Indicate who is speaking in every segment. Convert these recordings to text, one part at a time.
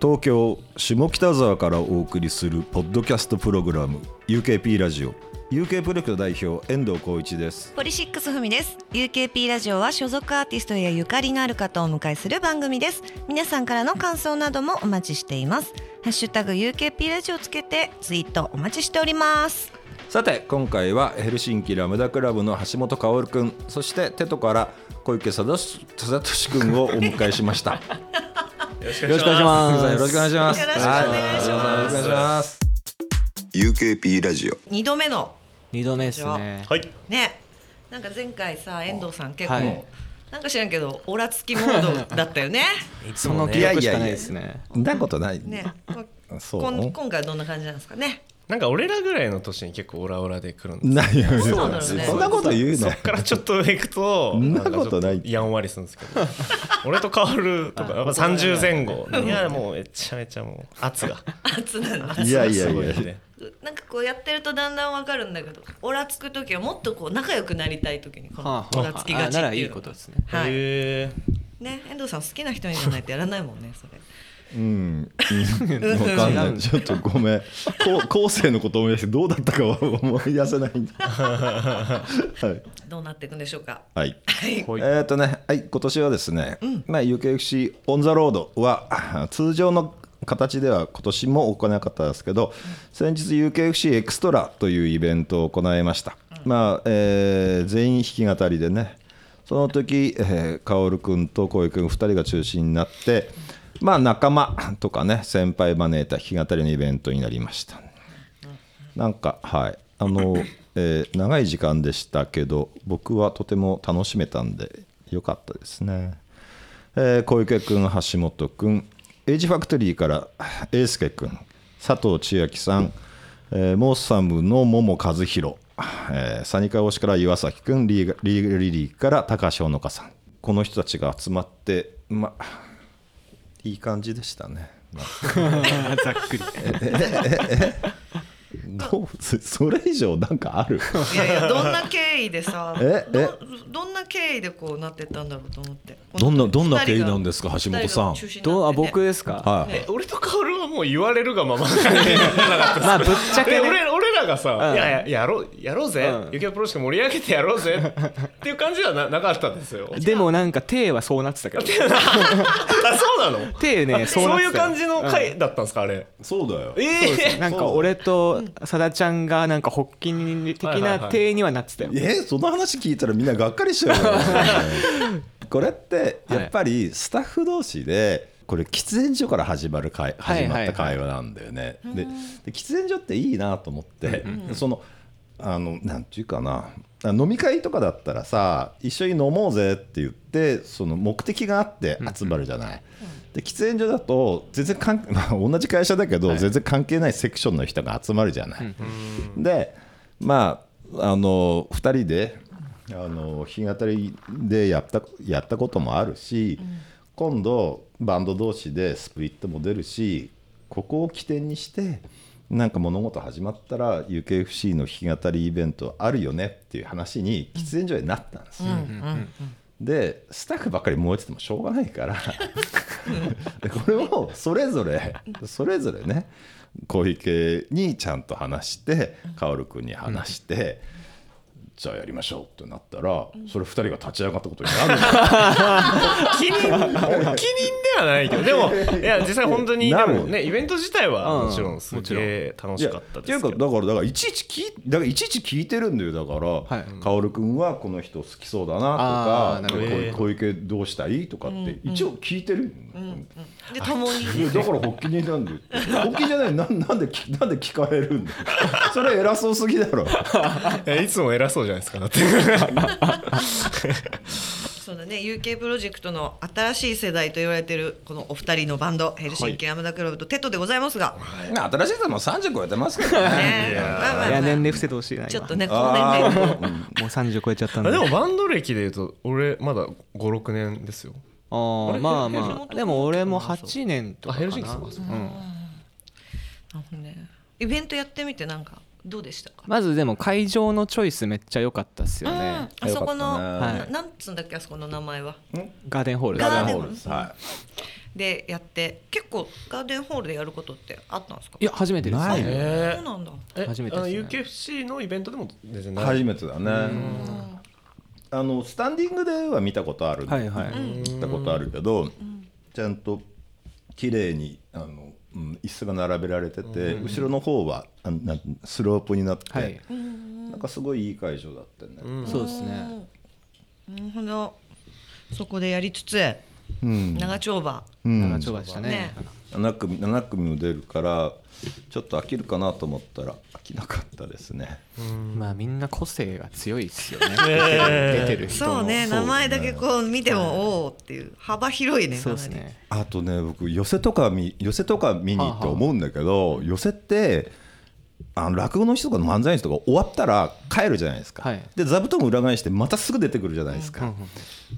Speaker 1: 東京下北沢からお送りするポッドキャストプログラム UKP ラジオ UK プロジェクト代表遠藤浩一です
Speaker 2: ポリシックスふみです UKP ラジオは所属アーティストやゆかりのある方をお迎えする番組です皆さんからの感想などもお待ちしていますハッシュタグ UKP ラジオをつけてツイートお待ちしております
Speaker 1: さて今回はヘルシンキラムダクラブの橋本薫くんそしてテトから小池貞俊くんをお迎えしま した
Speaker 3: よろしくお願いします。
Speaker 1: よろしくお願いします
Speaker 2: よろしくお願いします
Speaker 1: はいよろくお願いします
Speaker 4: UKP ラジオ
Speaker 2: 二度目の
Speaker 3: 二度目ですね。
Speaker 5: はい。
Speaker 2: ねなんか前回さ遠藤さん結構、
Speaker 3: はい
Speaker 2: なんか知らんけどオラつきモードだっ たよね
Speaker 3: その記憶しかないですね。
Speaker 1: そんなことない
Speaker 2: ね
Speaker 1: そう
Speaker 2: こん今回はどんな感じなんですかね
Speaker 5: なんか俺らぐらいの年に結構オラオラで来るんです。
Speaker 1: ないよそ
Speaker 2: だよね
Speaker 1: んなこと言うの
Speaker 5: そっからちょっと上行くと、
Speaker 1: んなことない
Speaker 5: んかちょっやんわりするんですけど。 俺と変わるとか、やっぱ三十前後。いやもうめちゃめちゃもう圧が。
Speaker 2: 熱なんだ
Speaker 1: いやいや
Speaker 5: す
Speaker 1: い
Speaker 5: ご
Speaker 1: や
Speaker 5: ですね。
Speaker 2: なんかこうやってるとだんだんわかるんだけどオラつく時はもっとこう仲良くなりたい時にこの
Speaker 3: はあ
Speaker 2: オ
Speaker 3: はあ
Speaker 2: ラつきがちっていうのが
Speaker 3: あならいいことですね
Speaker 2: はい、
Speaker 5: へ
Speaker 2: ね遠藤さん好きな人にじゃないとやらないもんねそれ
Speaker 1: うん、うん、わかんないちょっとごめんこう後世のこと思い出してどうだったかは思い出せないん だはい
Speaker 2: どうなっていくんでしょうか
Speaker 1: はい
Speaker 2: はい
Speaker 1: えーっとね、はい、今年はですね、まあ、UKFC オン・ザ・ロードは通常の形では今年も行わなかったですけど先日 UKFC エクストラというイベントを行いました、まあえー全員弾き語りでねその時、えー、薫君と小池君2人が中心になって、まあ、仲間とかね先輩招いた弾き語りのイベントになりました、なんかはいあの、 えー長い時間でしたけど僕はとても楽しめたんで良かったですね、えー小池君橋本君エイジファクトリーから英介君佐藤千秋さん、えーモースサムの桃和弘、えーサニカ推しから岩崎君リーガリーリリーから高橋のかさんこの人たちが集まってまあいい感じでしたねなんか
Speaker 3: ざっくり。
Speaker 1: どうそそれ以上なんかある
Speaker 2: いやいやどんな経緯で さ
Speaker 1: え
Speaker 2: ど
Speaker 1: え
Speaker 2: どんな経緯でこうなってったんだろうと思って
Speaker 6: どんなどんな経緯なんですか橋本さん
Speaker 3: どうあ僕
Speaker 2: で
Speaker 3: ですか。
Speaker 6: はい
Speaker 5: え。俺とカオルはもう言われるがまま。 え
Speaker 3: まあぶっち ゃけね。
Speaker 5: 俺俺らがさ、
Speaker 3: うん
Speaker 5: いやいややろうやろうぜ
Speaker 3: う、ん
Speaker 5: ゆきのプロしか盛り上げてやろうぜっていう感じはななかったんです よ。
Speaker 3: でもなんか手はそうなってたけど。
Speaker 5: あそうなの。
Speaker 3: 手 ね
Speaker 5: そ
Speaker 3: そうなっ
Speaker 5: う
Speaker 3: てたよ
Speaker 5: いう感じの回だったんですかあれ。
Speaker 1: そうだよ
Speaker 5: ええ。
Speaker 3: なんか俺とさだちゃんがなんか発起人的
Speaker 5: はいはいは
Speaker 3: ない手にはなってたよ。
Speaker 1: えその話聞いたらみんながっかりしちゃうよ これってやっぱりスタッフ同士でこれ喫煙所から始まる会
Speaker 3: は
Speaker 1: 始
Speaker 3: いはい
Speaker 1: ま
Speaker 3: は
Speaker 1: っ
Speaker 3: い
Speaker 1: た会話なんだよね、でで喫煙所っていいなと思って、そのあのなんていうかなあ飲み会とかだったらさ一緒に飲もうぜって言ってその目的があって集まるじゃない、で喫煙所だと全然関係、 まあ、同じ会社だけど全然関係ないセクションの人が集まるじゃない、でまああの2人であの弾き語りでやったやったこともあるし、今度バンド同士でスプリットも出るしここを起点にしてなんか物事始まったら UKFC の弾き語りイベントあるよねっていう話に喫煙所でなったんですよ。でスタッフばっかり燃えててもしょうがないから でこれをそれぞれそれぞれね小池にちゃんと話して薫君に話して、じゃあやりましょうってなったらそれ2人が立ち上がったことになるんだよ
Speaker 5: 気に気にではないけどでもいや実際本当にで
Speaker 1: なる
Speaker 5: もねイベント自体は
Speaker 3: うん
Speaker 5: もちろんすげえ楽
Speaker 1: い
Speaker 5: し
Speaker 1: や
Speaker 5: かった
Speaker 1: っ
Speaker 5: で
Speaker 1: ていう
Speaker 5: す
Speaker 1: か
Speaker 5: け
Speaker 1: だ
Speaker 5: ど
Speaker 1: からだからいちいち聞いだからいちいち聞いてるんだよだから、
Speaker 3: い
Speaker 1: 薫君はこの人好きそうだなと
Speaker 3: あー
Speaker 1: か
Speaker 3: な
Speaker 5: るほど
Speaker 1: 小小池どうしたいとかって一応聞いてるんだよ
Speaker 2: 共に
Speaker 1: いやだから発起人 なんで発起人じゃないなんなんできなんで聞かれるんだよ それ偉そうすぎだろ
Speaker 5: えいつも偉そうじゃないですかだって
Speaker 2: そうだね UK プロジェクトの新しい世代と言われてるこのお二人のバンドヘルシンキラムダクラブとテトでございますが、
Speaker 1: 新しい人も30超えてますけどね
Speaker 2: ねまあまあまあ
Speaker 3: いや年齢伏せてほしいな。今
Speaker 2: ちょっとねこの年
Speaker 1: あ
Speaker 2: 齢
Speaker 1: ーうん
Speaker 3: もう三十超えちゃったんで。
Speaker 5: でもバンド歴でいうと俺まだ56年ですよ
Speaker 3: あーまあまあ。でも俺も八年と
Speaker 5: あ
Speaker 3: か
Speaker 5: ヘ
Speaker 3: か
Speaker 5: ルシンキ
Speaker 3: な。
Speaker 5: そうかそう
Speaker 3: うん
Speaker 2: なるほどねイベントやってみてなんかどうでしたか、
Speaker 3: まずでも会場のチョイスめっちゃ良かったっすよね。
Speaker 2: あそこの、
Speaker 1: よかった
Speaker 3: ね
Speaker 2: ななんつうんだっけあそこの名前は
Speaker 3: ガーデンホール
Speaker 2: ガーデン
Speaker 1: ホールですは
Speaker 2: でやって結構ガーデンホールでやることってあったんですか
Speaker 7: いや初めてです
Speaker 1: ない
Speaker 7: ね
Speaker 5: え
Speaker 2: そうなんだ
Speaker 5: え
Speaker 7: 初めてですね
Speaker 5: あの UKFC のイベントでも全然ない
Speaker 1: 初めてだねあのスタンディングでは見たことある
Speaker 7: はいはい
Speaker 1: 行ったことあるけどちゃんと綺麗にあのうん椅子が並べられてて後ろの方はあのなんスロープになっ
Speaker 7: は
Speaker 1: て
Speaker 7: い
Speaker 1: なんかすごいいい会場だったよね
Speaker 7: そうですね
Speaker 2: なるほどそこでやりつつ
Speaker 1: うん
Speaker 2: 長丁場
Speaker 7: 長丁場でした
Speaker 2: ね
Speaker 7: ね
Speaker 1: 7組7組も出るからちょっと飽きるかなと思ったら飽きなかったですね
Speaker 3: まあみんな個性が強いですよね
Speaker 5: え
Speaker 3: 出てる人も
Speaker 2: そうね名前だけこう見てもおおっていう幅広いね
Speaker 3: そうです
Speaker 2: かなり
Speaker 3: ね
Speaker 1: あとね僕寄せとか見寄せとか見に行って思うんだけど、寄せってあの落語の人とか漫才の人とか終わったら帰るじゃないですか、
Speaker 3: はい
Speaker 1: で座布団裏返してまたすぐ出てくるじゃないですか、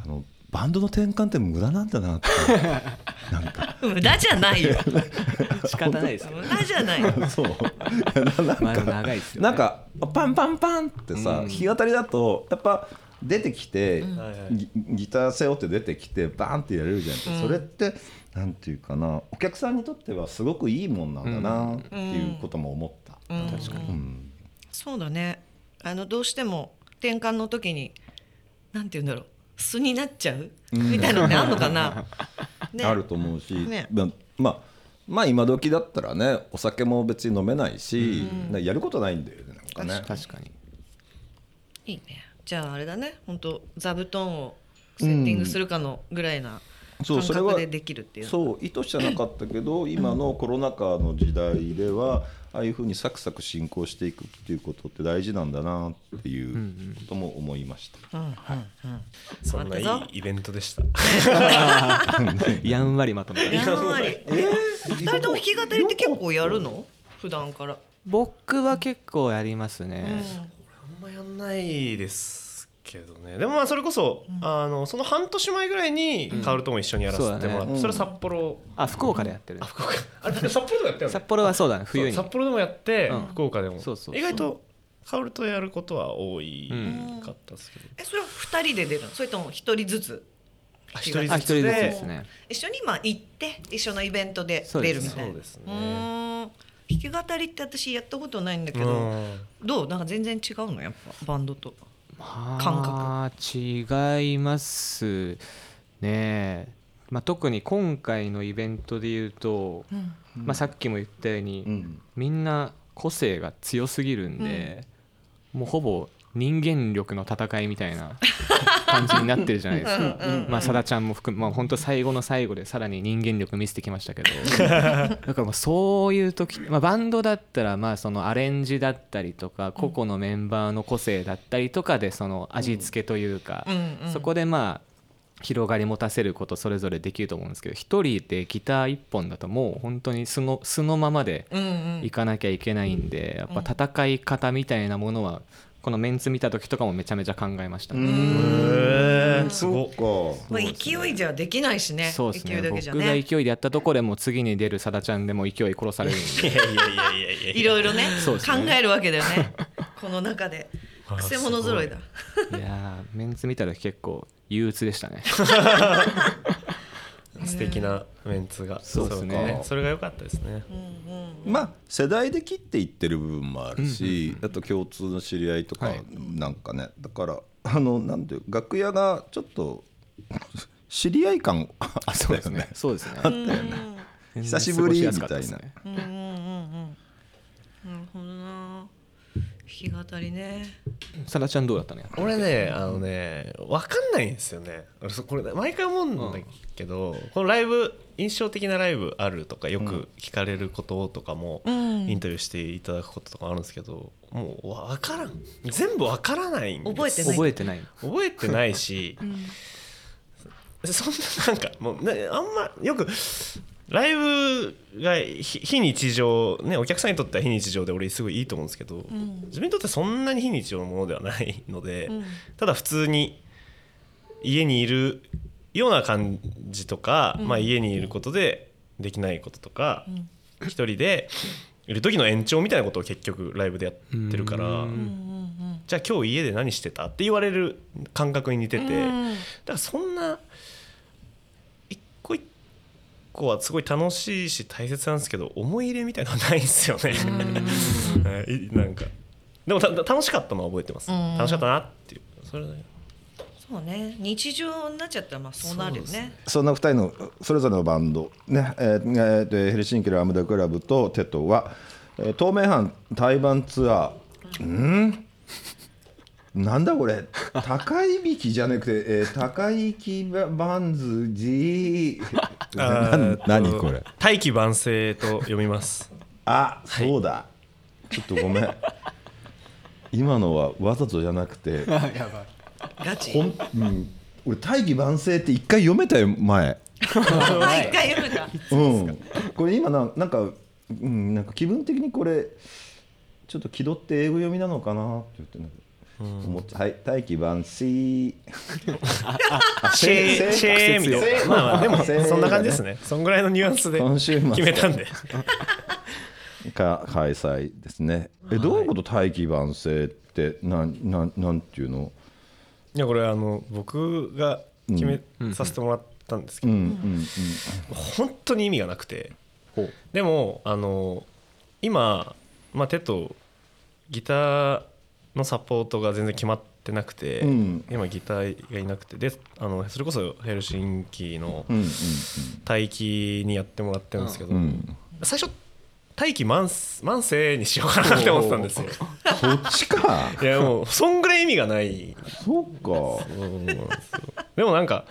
Speaker 1: あのバンドの転換って無駄なんだなってなんか
Speaker 2: 無駄じゃないよ
Speaker 3: 仕方ないですけど
Speaker 2: 無駄じゃないよ
Speaker 1: そうななんか
Speaker 7: まあ長いですよね
Speaker 1: なんかパンパンパンってさ、日当たりだとやっぱ出てきて、ギギター背負って出てきてバーンってやれるじゃん、それってなんていうかなお客さんにとってはすごくいいもんなんだなっていうことも思った、確かに、うん
Speaker 2: そうだねあのどうしても転換の時になんて言うんだろう素になっちゃうみたいなのってあんの かな、ね
Speaker 1: あると思うし、
Speaker 2: ね
Speaker 1: ままあまあ今時だったらねお酒も別に飲めないし、なやることないんだよねなんかね
Speaker 3: 確かに
Speaker 2: いいねじゃああれだね本当座布団をセッティングするかのぐらいな
Speaker 1: そ
Speaker 2: 感
Speaker 1: うそれは
Speaker 2: 覚でできるっていう,、
Speaker 1: そう意図してなかったけど今のコロナ禍の時代ではああいうふうにサクサク進行していくっていうことって大事なんだなっていうことも思いました、
Speaker 5: そんない
Speaker 2: 待って
Speaker 5: いイベントでした
Speaker 3: やんわりまとめた
Speaker 2: やんわり二人とも弾き語りって結構やるの普段から
Speaker 3: 僕は結構やりますね、
Speaker 5: あんまやんないですけどねでもまあそれこそ、あのその半年前ぐらいにカオルとも一緒にやらせてもらって、
Speaker 3: そう
Speaker 5: そ
Speaker 3: だ
Speaker 5: れは札幌、
Speaker 3: あ福岡でやってる
Speaker 5: 福岡あれだって札幌でもやったよね
Speaker 3: 札幌はそうだね冬に
Speaker 5: そう札幌でもやって、
Speaker 3: うん
Speaker 5: 福岡でも
Speaker 3: そうそうそう
Speaker 5: 意外とカオルとやることは多いかったですけど、
Speaker 2: えそれは二人で出るのそれとも一人ずつ
Speaker 5: あ一人ず
Speaker 3: あ一
Speaker 5: つ
Speaker 3: 人
Speaker 5: で
Speaker 3: ずつですね
Speaker 2: 一緒にまあ行って一緒のイベントで
Speaker 3: そう
Speaker 2: 出
Speaker 3: で
Speaker 2: る
Speaker 3: す
Speaker 2: み
Speaker 3: ね
Speaker 2: たいな
Speaker 5: そうですね
Speaker 2: うーん弾き語りって私やったことないんだけど、
Speaker 5: うん
Speaker 2: どうなんか全然違うのやっぱバンドと
Speaker 3: あー違いますね、まあ、特に今回のイベントで言うと、
Speaker 2: ん
Speaker 3: まあ、さっきも言ったように、
Speaker 1: うん
Speaker 3: みんな個性が強すぎるんで、もうほぼ人間力の戦いみた いな感じになってるじゃないですかまあさだちゃんも含め、まあ本当最後の最後でさらに人間力見せてき ましたけどだからもうそういう時、まあ、バンドだったらまあそのアレンジだったりとか個々のメンバーの個性だったりとかでその味付けというか、
Speaker 2: うんうん
Speaker 3: そこでまあ広がり持たせることそれぞれできると思うんですけど一人でギター一本だともう本当に素の素のままで
Speaker 2: うんうん
Speaker 3: 行かなきゃいけないんでやっぱ戦い方みたいなものはこのメンツ見た時とかもめちゃめちゃ考えましたね、
Speaker 5: へーすごっ
Speaker 1: そ
Speaker 2: まあ、勢いじゃできないしね
Speaker 3: そうですね
Speaker 2: 勢いだけ
Speaker 3: 僕
Speaker 2: じゃ
Speaker 3: が勢
Speaker 2: ね
Speaker 3: いでやったとこでもう次に出るさだちゃんでも勢い殺されるん
Speaker 5: い
Speaker 3: で
Speaker 5: やいやいやいやいや
Speaker 2: いろいろね
Speaker 3: そうですね
Speaker 2: 考えるわけだよねこの中で
Speaker 5: あー
Speaker 2: くせ者揃いだ
Speaker 3: いやーメンツ見たら結構憂鬱でしたね
Speaker 5: 素敵なメンツが
Speaker 3: そうですね
Speaker 5: それが良かったですね、
Speaker 1: まあ世代で切っていってる部分もあるし、あと共通の知り合いとか
Speaker 3: はい
Speaker 1: なんかね、だからあのなんていう楽屋がちょっと知り合い感あったよね
Speaker 3: そうですね全然
Speaker 1: 久しぶりみ
Speaker 3: 過ご
Speaker 1: た
Speaker 3: や
Speaker 1: い
Speaker 3: す
Speaker 1: な
Speaker 3: かっですね
Speaker 2: うんうんうんうんなるほどな弾き語りね
Speaker 3: さだちゃんどうだったのやっぱ
Speaker 5: 俺ねあのね分かんないんですよね俺そこれ毎回思うんだけど、このライブ印象的なライブあるとかよく聞かれることとかも、インタビューしていただくこととかあるんですけどもうわ分からん全部分からないんです
Speaker 2: 覚えてない
Speaker 3: 覚えてない
Speaker 5: 覚えてないし、そんななんかもうねあんまよくライブがひ非日常ねお客さんにとっては非日常で俺すごいいいと思うんですけど、自分にとってそんなに非日常のものではないので、ただ普通に家にいるような感じとか、まあ、家にいることでできないこととか、一人でいる時の延長みたいなことを結局ライブでやってるから。じゃあ今日家で何してたって言われる感覚に似てて、だからそんな一個一個はすごい楽しいし大切なんですけど思い入れみたいなのはないんですよね はいなんかでもた楽しかったのは覚えてます
Speaker 2: うん
Speaker 5: 楽しかったなっていうそれだけ
Speaker 2: そうね日常になっちゃったらまあそうなるよね
Speaker 1: そんな2人のそれぞれのバンド、ねえーえーでヘルシンキのアムダクラブとテトは、えー東名阪対バンツアーうんなんだこれ高い引きじゃなくて、えー高い引きババンズジー
Speaker 5: あー
Speaker 1: な何これ
Speaker 5: 大器晩成と読みます
Speaker 1: あそうだ、ちょっとごめ ん今のはわざとじゃなく て
Speaker 2: ガチ
Speaker 1: ほん、うん、俺大義万成って一回読めたよ前
Speaker 2: 毎回読むんだ
Speaker 1: うん、これ今ななんか、うん、なんか気分的にこれちょっと気取って英語読みなのかなって言ってなんか思って、はい大器晩成
Speaker 5: シェーシェーみたいなまあまあでも
Speaker 1: せー
Speaker 5: そんな感じですねそんぐらいのニュアンスで
Speaker 1: 今週末
Speaker 5: 決めたんで
Speaker 1: か開催ですねえどういうこと大器晩成ってなんなんなんていうの
Speaker 5: いやこれあの僕が決めさせてもらったんですけ
Speaker 1: うん
Speaker 5: ど、
Speaker 1: うんうん
Speaker 5: 本当に意味がなくて
Speaker 3: ほう
Speaker 5: でもあの今、まあ、手とギターのサポートが全然決まってなくて、
Speaker 1: うん
Speaker 5: 今ギターがいなくてであのそれこそヘルシンキの
Speaker 1: うん
Speaker 5: 待機にやってもらってるんですけど、
Speaker 1: うん うん
Speaker 5: 最初待機慢慢性にしようかなって思ってたんですよ
Speaker 1: そっちか
Speaker 5: いやもうそんぐらい意味がない
Speaker 1: そっか
Speaker 5: そうなんですよでもなんか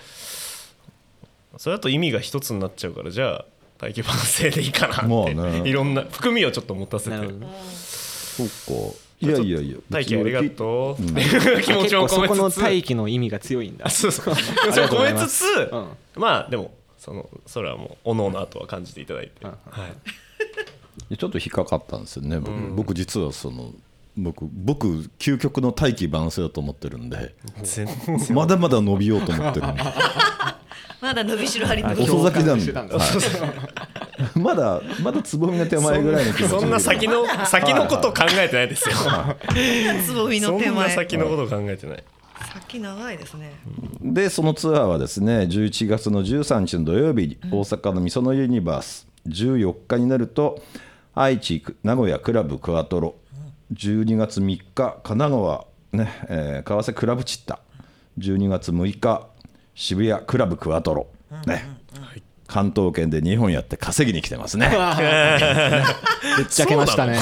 Speaker 5: それだと意味が一つになっちゃうからじゃあ大気晩成でいいかなって、
Speaker 1: まあね
Speaker 5: いろんな含みをちょっと持たせて
Speaker 3: なるほど
Speaker 1: そっかいやいやいや
Speaker 5: 大気ありがとう、
Speaker 1: うん
Speaker 5: 気持ちを
Speaker 3: 結構そこ
Speaker 5: 込
Speaker 3: の
Speaker 5: めつつ
Speaker 3: 大気の意味が強いんだ
Speaker 5: あそうそう
Speaker 3: りがとう
Speaker 5: 込
Speaker 3: ござ
Speaker 5: め
Speaker 3: いま
Speaker 5: つ
Speaker 3: す
Speaker 5: つ、
Speaker 3: うん
Speaker 5: まあでもそのそれはもうおのおの後は感じていただいて、
Speaker 3: うん
Speaker 5: はい、
Speaker 1: いやちょっと引っかかったんですよね僕,、
Speaker 5: うん
Speaker 1: 僕実はその僕僕究極の大器晩成だと思ってるんで
Speaker 5: 全
Speaker 1: まだまだ伸びようと思ってる んで
Speaker 2: まだ伸びしろありの
Speaker 3: あ
Speaker 1: 遅咲きなん
Speaker 3: 共感して
Speaker 1: で、
Speaker 3: たんだ
Speaker 1: はい、 まだまだつぼみが手前ぐらいの気持ちで
Speaker 5: そんな先 の先のことを考えてないですよ
Speaker 2: つぼみ
Speaker 5: そ
Speaker 2: の手
Speaker 5: んな
Speaker 2: 前さ
Speaker 5: 先のことを考えてない
Speaker 2: っき長いですね
Speaker 1: でそのツアーはですね11月の13日の土曜日に大阪のみそのユニバース14日になると愛知名古屋クラブクアトロ12月3日神奈川ね、えー、川瀬クラブチッタ12月6日渋谷クラブクアトロね関東圏で日本やって稼ぎに来てますね
Speaker 3: ぶっちゃけましたね
Speaker 1: 大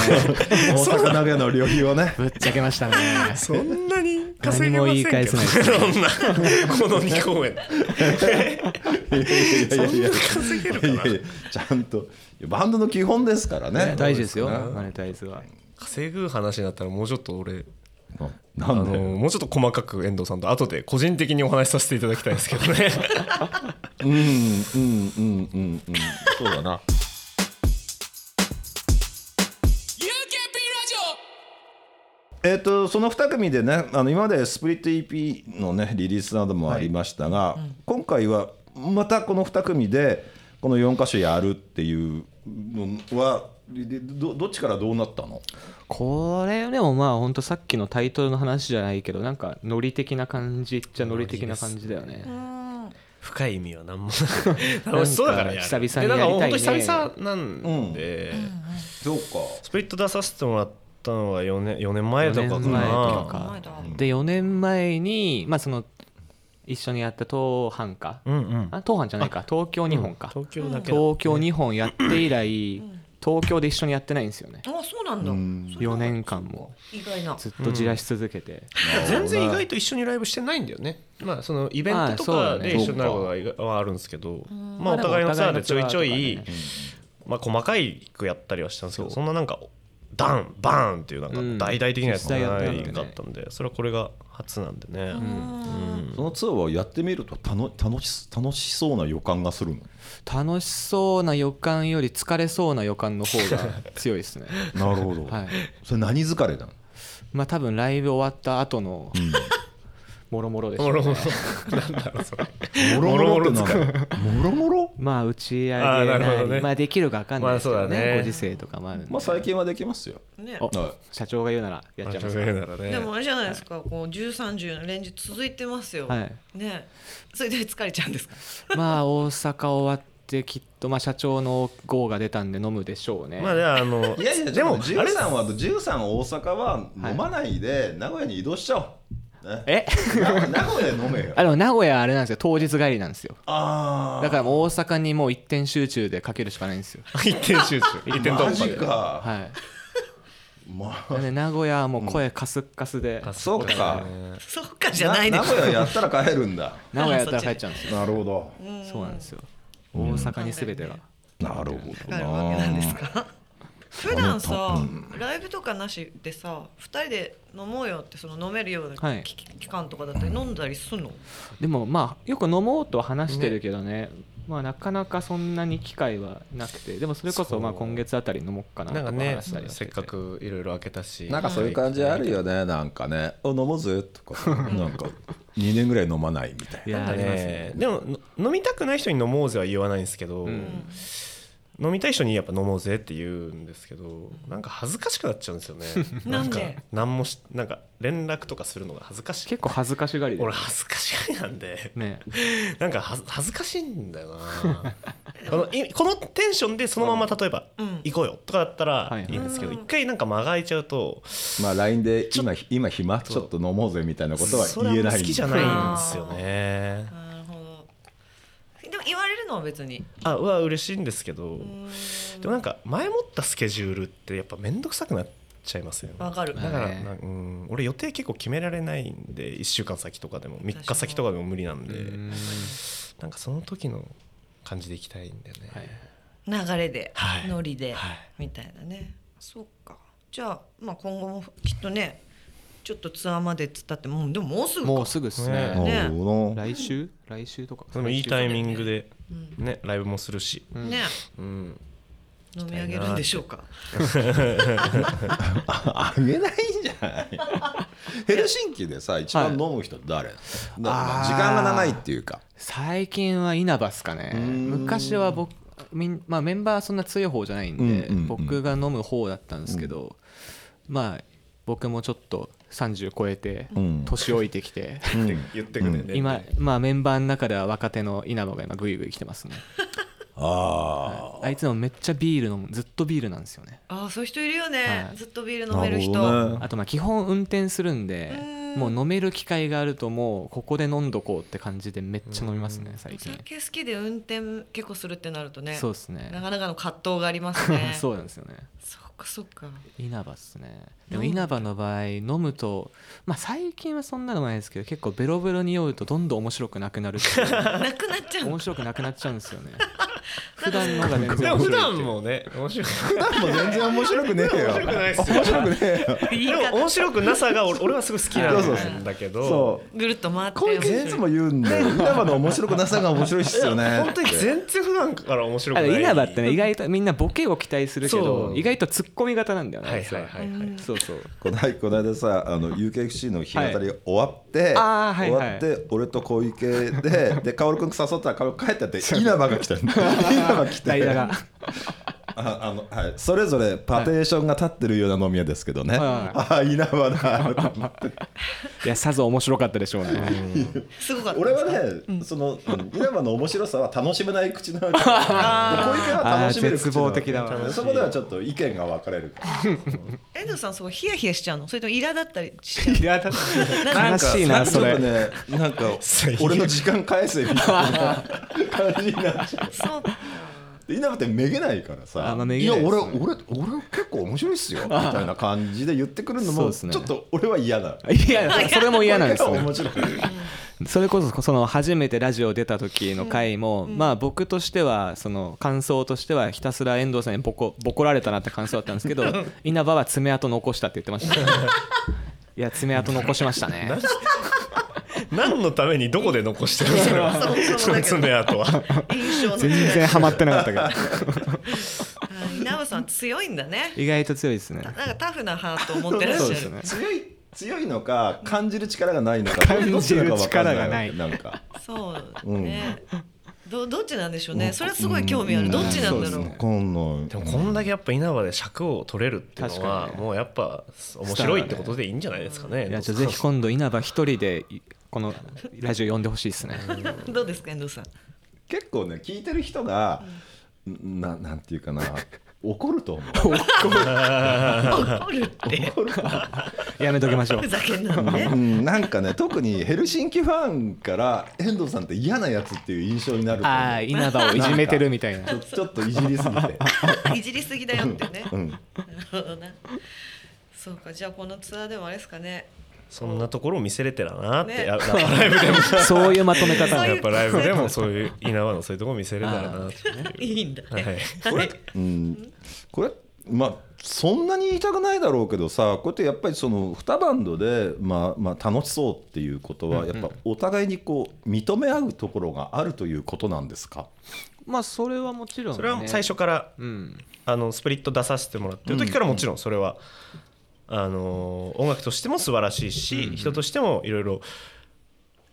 Speaker 1: 阪名古屋の旅費をね
Speaker 3: ぶっちゃけましたね
Speaker 5: そんなに
Speaker 3: 何も言い返せな いです
Speaker 5: そんなこの2公演
Speaker 1: いやいやいやいや
Speaker 5: 稼げる
Speaker 1: いやいやちゃんといやバンドの基本ですからね
Speaker 3: 大事ですよマネタイズは
Speaker 5: 稼ぐ話になったらもうちょっと俺
Speaker 1: な
Speaker 5: あ
Speaker 1: な
Speaker 5: の
Speaker 1: んで
Speaker 5: もうちょっと細かく遠藤さんと後で個人的にお話しさせていただきたいんですけどね
Speaker 1: うんうんうんうんうんそうだなえっとその2組でねあの今までスプリット EP のねリリースなどもありましたが、今回はまたこの2組でこの4箇所やるっていうのはでどどっちからどうなったの
Speaker 3: これでもまあ本当さっきのタイトルの話じゃないけどなんかノリ的な感じっちゃノリ的な感じだよね
Speaker 5: 深い意味は何もない 楽しそうだからやる
Speaker 3: 久々にやりたいね
Speaker 5: でなんか本当久々なんで、
Speaker 1: そうか
Speaker 5: スプリット出させてもらったのは4年 ,4 年前とかか
Speaker 3: 四年前と
Speaker 5: な
Speaker 3: か
Speaker 2: 前だ
Speaker 3: で4年前にまあその一緒にやった東阪か
Speaker 5: うんうん
Speaker 3: あ東阪じゃないか東京日本か
Speaker 5: 東京だけだ
Speaker 3: 東京日本やって以来東京で一緒にやってないんですよね
Speaker 2: あそうなんだそれ
Speaker 3: 4年間も
Speaker 2: 意外な
Speaker 3: ずっとじらし続けて
Speaker 5: 全然意外と一緒にライブしてないんだよねまあそのイベントと
Speaker 3: ああそ
Speaker 5: か
Speaker 3: うだね
Speaker 5: で一緒になることは意外はあるんですけどまあ
Speaker 3: まあ
Speaker 5: お
Speaker 3: でも
Speaker 5: 互いのツアーでちょいちょ
Speaker 3: お互い
Speaker 5: い
Speaker 3: のツアーとか
Speaker 5: まあ細かいくやったりはしたんですけどそんななんかダンバーンっていうなんか
Speaker 3: うん
Speaker 5: 大々的なやつがない
Speaker 3: 実際やって
Speaker 5: か
Speaker 3: なか
Speaker 5: っ
Speaker 3: った
Speaker 5: んでそれはこれが初なんでねうん
Speaker 1: そのツアーはやってみると楽楽し楽しそうな予感がするの
Speaker 3: 楽しそうな予感より疲れそうな予感の方が強いで すね
Speaker 1: なるほど、
Speaker 3: はい
Speaker 1: それ何疲れなの
Speaker 3: まあ多分ライブ終わった後の もろもろでしょ
Speaker 5: も
Speaker 3: う
Speaker 5: ろも
Speaker 3: ね
Speaker 5: ろなんだろうそれ
Speaker 1: もろもろってなんだよもろもろ
Speaker 3: まあ打ち上
Speaker 5: あーな
Speaker 3: げ
Speaker 5: るほ
Speaker 3: な
Speaker 5: どね
Speaker 3: りまあできるか分かんないですけ
Speaker 5: ま
Speaker 3: ど
Speaker 5: あそうだね
Speaker 3: ねご時世とかもあるんで
Speaker 1: まあ最近はできますよ
Speaker 2: ね
Speaker 3: お
Speaker 1: は
Speaker 3: 社長が言うならやっちゃいますか
Speaker 5: ならね
Speaker 2: でもあれじゃないですかこう十三十の連日続いてますよ
Speaker 3: はい
Speaker 2: ねそれで疲れちゃうんですか
Speaker 3: まあ大阪終わっできっと、まあ、社長の号が出たんで飲むでしょうね、
Speaker 5: まあじゃああの
Speaker 1: いやいや
Speaker 5: で
Speaker 1: で
Speaker 5: も
Speaker 1: も
Speaker 5: あれ
Speaker 1: 13は13大阪は飲まないで名古屋に移動しちゃおう、ね
Speaker 3: え
Speaker 1: な名古屋で飲めよ
Speaker 3: あでも名古屋はあれなんですよ当日帰りなんですよ
Speaker 1: あ
Speaker 3: だからもう大阪にもう一点集中でかけるしかないんですよ
Speaker 5: 一点集中一点
Speaker 1: あ
Speaker 5: 突
Speaker 1: マ
Speaker 5: 破
Speaker 1: ジ
Speaker 5: で
Speaker 1: か、
Speaker 3: はい
Speaker 1: ま
Speaker 3: なんで名古屋はもう声カスッカスで、
Speaker 1: あそうか
Speaker 2: そっかじゃないで
Speaker 1: 名
Speaker 2: す
Speaker 1: 古屋やったら帰るんだ
Speaker 3: 名古屋やったら帰っちゃうんですよ
Speaker 1: なるほど
Speaker 3: そうなんですよ大阪に全てが
Speaker 1: なるほど
Speaker 2: かかるわけなんです
Speaker 1: な
Speaker 2: か普段さ、ライブとかなしでさ二人で飲もうよってその飲めるような
Speaker 3: はい
Speaker 2: き期間とかだったり飲んだりすんの、
Speaker 3: でもまあよく飲もうとは話してるけどねまあなかなかそんなに機会はなくてでもそれこそまあ今月あたり飲もうかなと
Speaker 5: なん
Speaker 3: か
Speaker 5: かね
Speaker 3: 話したりはし
Speaker 5: せ
Speaker 3: て
Speaker 5: ってかくいろいろ開けたし
Speaker 1: なんかそういう感じあるよねなんかね「お飲もうぜ」とかなんか2年ぐらい飲まないみたい
Speaker 3: い
Speaker 1: な
Speaker 3: やありますね
Speaker 5: ねでもの飲みたくない人に飲もうぜは言わないんですけど、飲みたい人にやっぱ飲もうぜって言うんですけどなんか恥ずかしくなっちゃうんですよね
Speaker 2: なん
Speaker 5: か
Speaker 2: で
Speaker 5: 何もしなんか連絡とかするのが恥ずかしい
Speaker 3: 結構恥ずかしがりで
Speaker 5: 俺恥ずかしがりなんで
Speaker 3: ね
Speaker 5: なんかはず恥ずかしいんだよな このいこのテンションでそのまま例えば
Speaker 2: うん
Speaker 5: 行こうよとかだった
Speaker 3: は
Speaker 5: ら
Speaker 3: いはい
Speaker 5: いいんですけど一回なんか間が空いちゃうと
Speaker 1: まあ LINE で今「今暇ちょっと飲もうぜ」みたいなことは
Speaker 5: それ
Speaker 1: 言えな
Speaker 5: は好
Speaker 1: い
Speaker 5: きじゃないんですよね
Speaker 2: なるほどでも言われるのは別に
Speaker 5: あうわ嬉しいんですけど
Speaker 2: うーん
Speaker 5: でもなんか前もったスケジュールってやっぱ面倒くさくなっちゃいますよね
Speaker 2: わかる
Speaker 5: だから
Speaker 3: ね
Speaker 5: なうん俺予定結構決められないんで1週間先とかでも3日先とかでも無理なんで
Speaker 3: うん
Speaker 5: なんかその時の感じでいきたいんだよね、
Speaker 3: はい
Speaker 2: 流れで、
Speaker 5: はい
Speaker 2: ノリで、
Speaker 5: はい
Speaker 2: みたいなねそうかじゃあ,、まあ今後もきっとねちょっとツアーまでっつったってもうでももうすぐか
Speaker 3: もうすぐですね
Speaker 5: ね
Speaker 1: なるほど
Speaker 3: 来週来週とか
Speaker 5: でもいいタイミングで
Speaker 2: うん
Speaker 5: ねライブもするし、
Speaker 3: うん
Speaker 2: ね
Speaker 5: うん、
Speaker 2: 飲み上げるんでしょうか
Speaker 1: ああげないんじゃない ヘルシンキでさ一番飲む人って誰、だまあ時間が長いっていうか
Speaker 3: 最近は稲葉っすかね
Speaker 1: ん
Speaker 3: 昔は僕みん、まあ、メンバーはそんな強い方じゃないんで、
Speaker 1: うんうんうん
Speaker 3: 僕が飲む方だったんですけど、まあ僕もちょっと30超えて、
Speaker 1: ん
Speaker 3: 年老いてきて、
Speaker 5: 言ってくれて、
Speaker 3: 今、まあ、メンバーの中では若手の稲葉が今グイグイ来てますね
Speaker 1: あ
Speaker 3: あいつもめっちゃビール飲むずっとビールなんですよね
Speaker 2: ああそういう人いるよね、
Speaker 3: はい
Speaker 2: ずっとビール
Speaker 1: あ
Speaker 2: 飲める人
Speaker 1: ね
Speaker 3: あとまあ基本運転するんで
Speaker 2: うん
Speaker 3: もう飲める機会があるともうここで飲んどこうって感じでめっちゃ飲みますね最
Speaker 2: お
Speaker 3: 近
Speaker 2: 酒好きで運転結構するってなるとね
Speaker 3: そうですね
Speaker 2: なかなかの葛藤がありますね
Speaker 3: そうなんですよね
Speaker 2: そっかそっか
Speaker 3: 稲葉っすねで
Speaker 2: 飲む
Speaker 3: も
Speaker 2: んだ
Speaker 3: 稲葉の場合飲むとまあ最近はそんなのもないですけど結構ベロベロに酔うとどんどん面白くなくなるっていう
Speaker 2: なくなっちゃう
Speaker 3: 面白くなくなっちゃうんです よね普段のが全
Speaker 5: で
Speaker 3: 然
Speaker 5: も
Speaker 3: 面
Speaker 5: 普
Speaker 3: 白い
Speaker 5: 段もね面白く
Speaker 1: もう全然面白くねえよ
Speaker 5: 面白くないっすよ
Speaker 1: 面白くねえよ
Speaker 2: 言い
Speaker 5: でも
Speaker 2: 方
Speaker 5: 面白くなさが俺俺はすごい好きなんだけ
Speaker 1: そ
Speaker 5: ど
Speaker 1: う
Speaker 2: ぐるっと回って
Speaker 1: こういうケースも言うんだよ稲葉の面白くなさが面白いっすよ ね
Speaker 5: 本当に全然普段から面白く
Speaker 3: あ
Speaker 5: な
Speaker 3: の
Speaker 5: い
Speaker 3: 稲葉ってね意外とみんなボケを期待するけ
Speaker 5: そ
Speaker 3: ど
Speaker 5: う
Speaker 3: 意外とツッコミ型なんだよね
Speaker 5: は
Speaker 3: あ
Speaker 5: い
Speaker 3: いつ
Speaker 5: はい
Speaker 3: は
Speaker 5: はいはい
Speaker 3: そうそう
Speaker 1: この 間この間さあ の UKFC の日当たり終わって、
Speaker 3: あーはいはい
Speaker 1: 終わって俺と小池 でで薫君誘ったら薫君帰ったって稲葉が来たんだ稲葉来て
Speaker 3: 代打が
Speaker 1: ああの、はい、それぞれパテーションが立ってるような飲み屋ですけどね、
Speaker 3: は
Speaker 1: ああ稲葉だ
Speaker 3: いやさぞ面白かったでしょうね
Speaker 2: すごかった
Speaker 1: 俺はね、そのうん稲葉の面白さは楽しめない口 なわけで小池は楽しめる口なわけ
Speaker 3: あー絶望的だわ
Speaker 1: そこではちょっと意見が分かれる
Speaker 2: 遠藤さんすごいヒヤヒヤしちゃうのそれとも苛だったりしちゃう
Speaker 3: いやだ悲しいな
Speaker 1: ちょ
Speaker 3: そ
Speaker 1: っと
Speaker 3: れ
Speaker 1: ねなんか俺の時間返せみ たいな感じになっちゃう
Speaker 2: そうか
Speaker 1: で稲葉ってめげないからさ
Speaker 3: あまあめ
Speaker 1: い
Speaker 3: げ
Speaker 1: や
Speaker 3: ないです
Speaker 1: 俺
Speaker 3: ね
Speaker 1: 俺俺結構面白いっすよみたいな感じで言ってくるの
Speaker 3: そう
Speaker 1: も
Speaker 3: ですね
Speaker 1: ちょっと俺は嫌だ
Speaker 3: いやそれも嫌なんですよ
Speaker 1: 面白い
Speaker 3: それこそその初めてラジオ出た時の回も、まあ僕としてはその感想としてはひたすら遠藤さんにボコボコられたなって感想だったんですけど稲葉は爪痕残したって言って ました、いや爪痕残しましたね
Speaker 5: 何のためにどこで残してるんです かその爪痕は
Speaker 2: 印象の
Speaker 3: 全然ハマってなかったけ
Speaker 2: はい稲葉さん強いんだね
Speaker 3: ど意外と強いですね
Speaker 2: なんかタフなハートを持ってらっしゃ
Speaker 3: そう
Speaker 2: る
Speaker 3: ですね
Speaker 1: 強い強いのか感じる力がないのか
Speaker 3: 感じる力がない
Speaker 1: どっちのか分かんなんか
Speaker 2: そうね、どどっちなんでしょうねそれはすごい興味ある、
Speaker 1: うん
Speaker 2: どっちなんだろ
Speaker 3: そうう
Speaker 1: 分かんない
Speaker 5: でもこんだけやっぱ稲葉で尺を取れるっていうのは
Speaker 3: 確かにね
Speaker 5: もうやっぱ面白いってことでいいんじゃないですかね
Speaker 3: いやじゃあぜひ今度稲葉一人でいこのラジオ呼んでほしいですね
Speaker 2: どうですか遠藤さん
Speaker 1: 結構ね聞いてる人が、ななんていうかな怒ると思う
Speaker 2: 怒るって
Speaker 3: やめときましょう
Speaker 2: ふざけんなの ね
Speaker 1: うん、なんかね特にヘルシンキファンから遠藤さんって嫌なやつっていう印象になると思う
Speaker 3: ああ稲葉をいじめてるみたい
Speaker 1: ち
Speaker 3: な
Speaker 1: ょちょっといじりすぎて、
Speaker 2: いじりすぎだよってね
Speaker 1: うん、
Speaker 2: なるほどなそうかじゃあこのツアーでもあれですかね
Speaker 5: そんなところを見せれてらなって、
Speaker 2: ね
Speaker 5: やっぱライブでも
Speaker 3: そういうまとめ方
Speaker 2: そう
Speaker 3: が
Speaker 2: いう
Speaker 5: やっぱライブでもそういう稲葉のそういうところ見せれたらなっていう
Speaker 2: いいんだね、
Speaker 5: はい
Speaker 1: これ、うん、これまあそんなに言いたくないだろうけどさこうやってやっぱりその2バンドで、まあまあ、楽しそうっていうことはやっぱお互いにこう認め合うところがあるということなんですか、
Speaker 3: まあそれはもちろん、ね、
Speaker 5: それは最初から
Speaker 3: うん
Speaker 5: あのスプリット出させてもらってる時からもちろんそれは、あの音楽としても素晴らしいし、人としてもいろいろ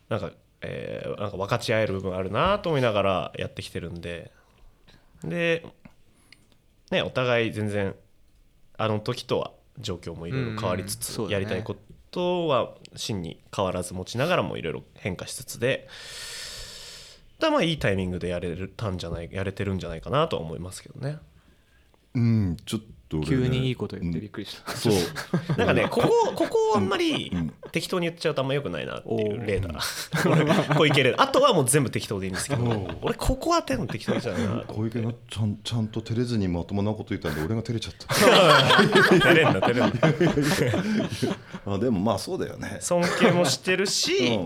Speaker 5: なんか、えーなんか分かち合える部分あるなと思いながらやってきてるんでで、ね、お互い全然あの時とは状況もいろいろ変わりつ
Speaker 3: うんうん
Speaker 5: つ、
Speaker 3: そうだね
Speaker 5: やりたいことは真に変わらず持ちながらもいろいろ変化しつつで。だまあいいタイミングでやれたんじゃないやれてるんじゃないかなとは思いますけどね。
Speaker 1: うん、ちょっと俺ね、
Speaker 3: 急にいいこと言ってびっくりした、
Speaker 1: そう
Speaker 5: なんかね、ここ、ここをあんまり適当に言っちゃうとあんま良くないなっていうレーダー。 俺小池レーダー。あとはもう全部適当でいいんですけど、俺ここはでも適当じゃないな と。
Speaker 1: 小池がちゃんちゃんと照れずにまともなこと言ったんで俺が照れちゃった
Speaker 5: 照れんな、照れんな。
Speaker 1: あでもまあそうだよね。
Speaker 5: 尊敬もしてるし、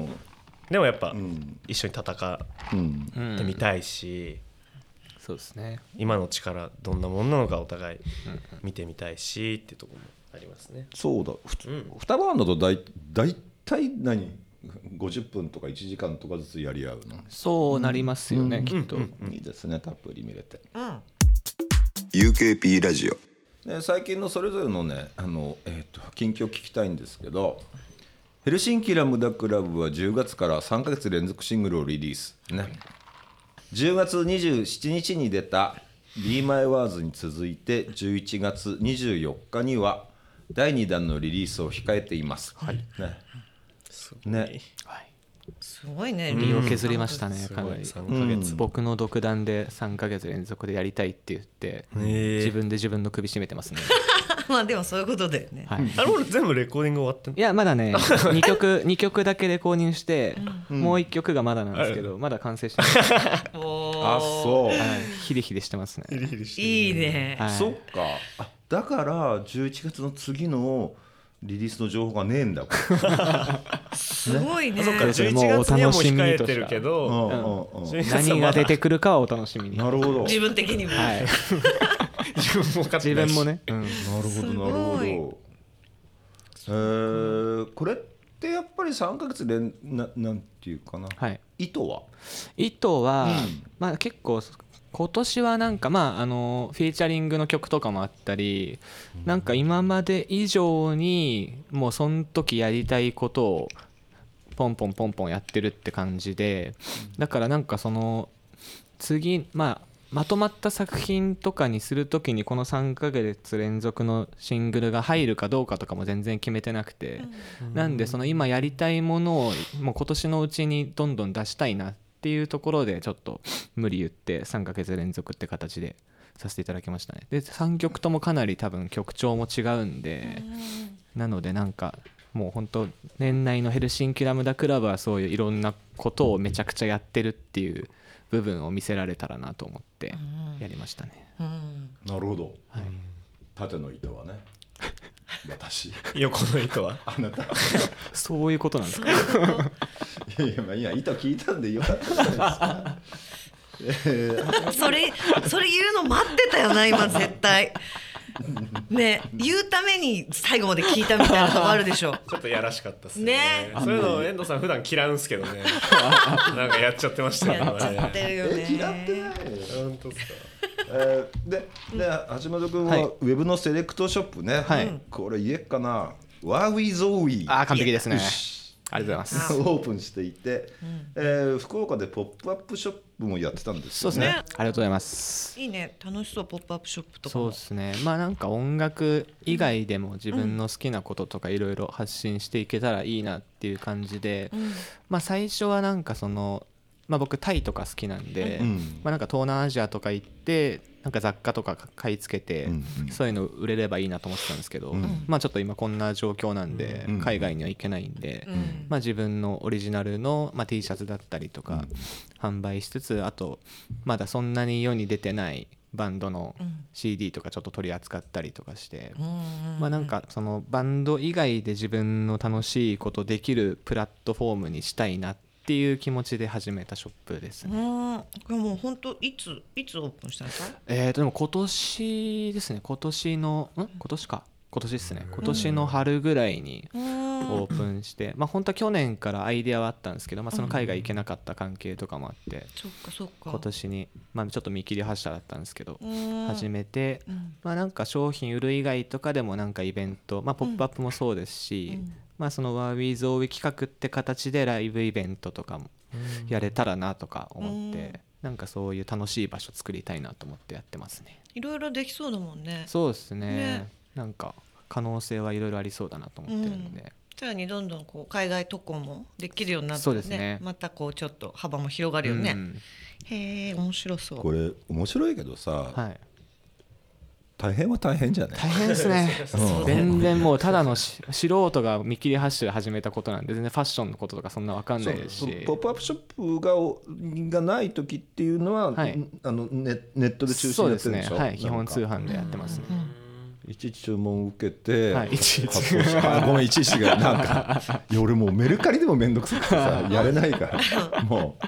Speaker 5: でもやっぱ
Speaker 1: ん
Speaker 5: 一緒に戦
Speaker 1: うん
Speaker 3: うん
Speaker 5: ってみたいし、
Speaker 3: そうですね
Speaker 5: 今の力どんなもんなのかお互い見てみたいしってとこもありますね。
Speaker 1: そうだふつ、
Speaker 5: うん
Speaker 1: 2バンドとだい大体何50分とか1時間とかずつやり合うの、
Speaker 3: そうなりますよね、きっと、
Speaker 1: いいですねたっぷり見れて
Speaker 4: UKP ラジオ
Speaker 1: で最近のそれぞれのねあの、えー、と近況聞きたいんですけどヘルシンキラムダクラブは10月から3か月連続シングルをリリース、ね、10月27日に出た「Be My Words」に続いて11月24日には第2弾のリリースを控えています。ねね、
Speaker 2: すごいね
Speaker 3: 身を削りましたね、かなり
Speaker 5: すごい3ヶ月
Speaker 3: 僕の独断で3ヶ月連続でやりたいって言って、
Speaker 5: へえ
Speaker 3: 自分で自分の首絞めてます ね、
Speaker 2: まあでもそういうことだよね、
Speaker 3: はい、い
Speaker 5: あれ俺全部レコーディング終わってんの
Speaker 3: やまだ ね2曲二曲だけレコーディングして、もう1曲がまだなんですけど、まだ完成してない、
Speaker 2: お
Speaker 1: あそう、
Speaker 3: はい、ヒリヒリしてますね、
Speaker 2: いいね、
Speaker 3: はい、
Speaker 1: そっかあだから11月の次のリリースの情報がねえんだこれ
Speaker 2: すごいね
Speaker 5: あそっか、
Speaker 3: それ
Speaker 5: 11
Speaker 3: もうお
Speaker 5: 月にはもう
Speaker 3: 楽しみ
Speaker 5: 控え
Speaker 3: にと
Speaker 5: てるけ
Speaker 1: う
Speaker 5: ど、
Speaker 1: んうんうん
Speaker 3: 何が出てくるかはお楽し みに、
Speaker 1: な
Speaker 3: は
Speaker 1: るほど
Speaker 2: 自分的にも、
Speaker 3: い、
Speaker 5: 自分も勝
Speaker 3: 自分もね、うん
Speaker 1: なるほど
Speaker 2: す
Speaker 1: な
Speaker 2: ごい
Speaker 1: るほどえーこれってやっぱり3ヶ月連ななんていうかな、
Speaker 3: はい
Speaker 1: 意図は
Speaker 3: 糸は、まあ結構今年はなんかまああのフィーチャリングの曲とかもあったりなんか今まで以上にもうその時やりたいことをポンポンポンポンやってるって感じでだからなんかその次まあまとまった作品とかにする時にこの3ヶ月連続のシングルが入るかどうかとかも全然決めてなくてなんでその今やりたいものをもう今年のうちにどんどん出したいなっていうところでちょっと無理言って3ヶ月連続って形でさせていただきましたねで3曲ともかなり多分曲調も違うんでなのでなんかもう本当年内のヘルシンキラムダクラブはそういういろんなことをめちゃくちゃやってるっていう部分を見せられたらなと思ってやりましたね
Speaker 2: うん
Speaker 1: なるほど、
Speaker 3: い
Speaker 1: 縦の糸は ね私
Speaker 5: 横の糸は。
Speaker 1: あなたい
Speaker 3: そういうことなんですか
Speaker 1: やいやまあいや糸聞いたんでよかったじゃないですかえー
Speaker 2: それそれ言うの待ってたよな今絶対ね言うために最後まで聞いたみたいなとこあるでしょ
Speaker 5: ちょっとやらしかったっす
Speaker 2: ね
Speaker 5: ね。そういうのを遠藤さん普段嫌うんすけど ね。なんかやっちゃってました
Speaker 2: やっちゃっ
Speaker 5: ね。
Speaker 2: てるよ
Speaker 1: え
Speaker 2: ね
Speaker 1: 嫌ってないよ
Speaker 5: 本当っすか。
Speaker 1: えーで、で橋本君は
Speaker 3: はい
Speaker 1: ウェブのセレクトショップね、
Speaker 3: はい
Speaker 1: これ言えっかな、ワーウィゾーウィ
Speaker 3: ああ完璧ですね
Speaker 1: よし
Speaker 3: ありがとうございま す
Speaker 1: オープンしていて、えー福岡でポップアップショップもやってたんです
Speaker 3: そう
Speaker 1: よ
Speaker 3: です
Speaker 1: ね。
Speaker 3: ね
Speaker 2: ね
Speaker 3: ありがとうございます
Speaker 2: いいね楽しそうポップアップショップとか
Speaker 3: そう
Speaker 2: も
Speaker 3: ですねまあなんか音楽以外でも自分の好きなこととかいろいろ発信していけたらいいなっていう感じで、まあ最初はなんかそのまあ、僕タイとか好きなんで、
Speaker 1: うん
Speaker 3: まあ、なんか東南アジアとか行ってなんか雑貨とか買い付けて、
Speaker 1: うんうん
Speaker 3: そういうの売れればいいなと思ってたんですけど、
Speaker 1: うん
Speaker 3: まあ、ちょっと今こんな状況なんで、
Speaker 1: うん
Speaker 3: 海外には行けないんで、
Speaker 2: うん
Speaker 3: まあ、自分のオリジナルの、まあ、T シャツだったりとか販売しつつあとまだそんなに世に出てないバンドの
Speaker 2: うん
Speaker 3: CD とかちょっと取り扱ったりとかして、
Speaker 2: うんうん
Speaker 3: まあ、なんかそのバンド以外で自分の楽しいことできるプラットフォームにしたいなっていう気持ちで始めたショップで
Speaker 2: う
Speaker 3: すね。
Speaker 2: んこれもう本当いついつオープンしたんですか
Speaker 3: えー、とでも今年ですね今年のん今年か今年ですね今年の春ぐらいに
Speaker 2: うん
Speaker 3: オープンして、まあ本当は去年からアイデアはあったんですけど、まあ、その海外行けなかった関係とかもあって、
Speaker 2: そっかそっか
Speaker 3: 今年に、まあ、ちょっと見切り発車だったんですけど、
Speaker 2: うん
Speaker 3: 始めて、
Speaker 2: うん
Speaker 3: まあ、なんか商品売る以外とかでもなんかイベント、まあ、ポップアップもそうですし、
Speaker 2: うん
Speaker 3: まあ、そのワーウィーズオーウィ企画って形でライブイベントとかもやれたらなとか思って、
Speaker 2: うん
Speaker 3: なんかそういう楽しい場所作りたいなと思ってやってますね。
Speaker 2: いろいろできそうだもんね
Speaker 3: そうですね
Speaker 2: ね
Speaker 3: なんか可能性はいろいろありそうだなと思ってるので、
Speaker 2: うんさらにどんどんこう海外渡航もできるようになって、ね、
Speaker 3: そうですね
Speaker 2: またこうちょっと幅も広がるよね、
Speaker 3: うん
Speaker 2: へえ面白そう
Speaker 1: これ面白いけどさ、
Speaker 3: はい、
Speaker 1: 大変は大変じゃない
Speaker 3: 大変ですね
Speaker 1: うん
Speaker 3: 全然もうただのし素人が見切り発車で始めたことなんで全然ファッションのこととかそんな分かんないです
Speaker 1: そう
Speaker 3: し
Speaker 1: ポップアップショップがおがない時っていうのは、
Speaker 3: はい
Speaker 1: あのネネットで中
Speaker 3: そ
Speaker 1: 心
Speaker 3: う
Speaker 1: にやっ
Speaker 3: で
Speaker 1: て
Speaker 3: す
Speaker 1: るん
Speaker 3: ね
Speaker 1: でしょ
Speaker 3: はい基
Speaker 1: な
Speaker 3: 本
Speaker 1: んか
Speaker 3: 通販でやってますね
Speaker 1: いちいち注文受けて、
Speaker 3: はいいちいち
Speaker 1: 発送しあごめんいちいちがなんかいや俺もうメルカリでも面倒くさくてさやれないからもう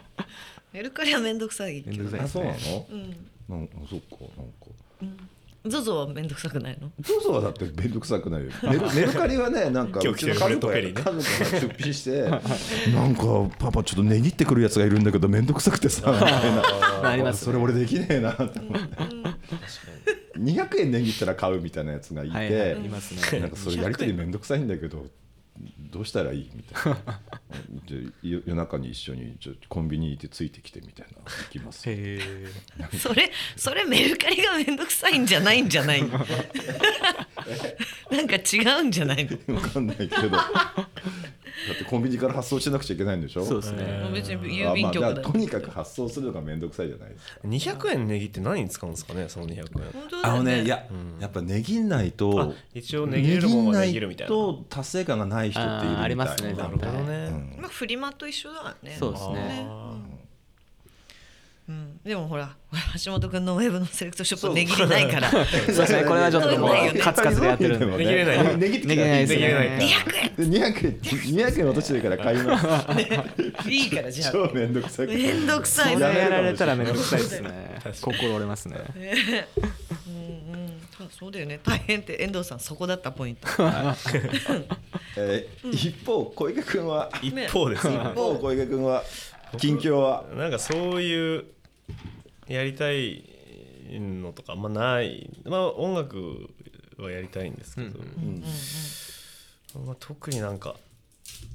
Speaker 2: メルカリはめんどくさいけ
Speaker 3: めんど
Speaker 2: ど
Speaker 3: くさい
Speaker 1: あ
Speaker 3: で
Speaker 1: そ
Speaker 3: す
Speaker 1: うな
Speaker 3: ね
Speaker 1: のなんかそっかなんか
Speaker 2: ゾゾはめんどくさくないの
Speaker 1: ゾゾはだって面倒くさくないよメルメルカリはねなんか
Speaker 5: 今
Speaker 1: う
Speaker 5: 日
Speaker 1: ち
Speaker 5: 来て
Speaker 1: の
Speaker 5: る
Speaker 1: 家
Speaker 5: フ
Speaker 1: 族
Speaker 5: レッ
Speaker 1: が
Speaker 5: ドペリー
Speaker 1: 家
Speaker 5: ね
Speaker 1: 族が出費してなんかパパちょっと値切ってくるやつがいるんだけど面倒くさくてさみたいな
Speaker 3: ま ああります
Speaker 1: それ俺できねえなって思って200円値切ったら買うみたいなやつがいて、
Speaker 3: はいはいいますね
Speaker 1: なんかそれやり取り面倒くさいんだけどどうしたらいいみたいなじゃあ夜夜中に一緒にちょコンビニ行ってついてきてみたいな行きます
Speaker 2: それそれメルカリがめんどくさいんじゃないんじゃ ないの なんか違うんじゃないの
Speaker 1: 分かんないけどだってコンビニから発送しなくちゃいけないんでしょ
Speaker 3: そうですね
Speaker 2: もう別に
Speaker 1: あ
Speaker 2: 郵便局
Speaker 1: まあ
Speaker 2: だ
Speaker 1: だからとにかく発送するのが面倒くさいじゃないですか
Speaker 5: 200円値切って何に使うんですかねその200円
Speaker 2: 本当だ
Speaker 1: あ
Speaker 2: よ
Speaker 1: のね
Speaker 2: ね
Speaker 1: いや、やっぱ値切んない
Speaker 5: あ
Speaker 1: と
Speaker 5: 一応値切れるもんは値切るみたい
Speaker 1: 値
Speaker 5: な
Speaker 1: 切んないと達成感がない人っているみたい
Speaker 3: あーありますね
Speaker 5: なるほどね、
Speaker 1: うん
Speaker 2: まあフリマと一緒だからね
Speaker 3: そうですね
Speaker 5: あ
Speaker 2: うん、でもほら橋本君のウェブのセレクトショップ値切りない から
Speaker 3: そうですねこれはちょっともうカツカツでやってるんで
Speaker 1: も
Speaker 5: 値切れない
Speaker 1: 値切って
Speaker 3: できないですね
Speaker 5: できな
Speaker 2: 200
Speaker 5: い
Speaker 1: 200円200円落としてるから買います
Speaker 2: 円いいからじゃあ
Speaker 1: 超めんどくさい
Speaker 2: めんどくさい
Speaker 3: そ
Speaker 2: ね
Speaker 3: れやられたらめんどくさいですね 心折れますね
Speaker 2: そうそうだよね大変って遠藤さんそこだったポイント
Speaker 1: えー一方小池君は
Speaker 5: 一方ですね
Speaker 1: 一方小池君は近況は
Speaker 5: なんかそういうやりたいのとかあんまないまあ音楽はやりたいんですけど、まあ、特になんか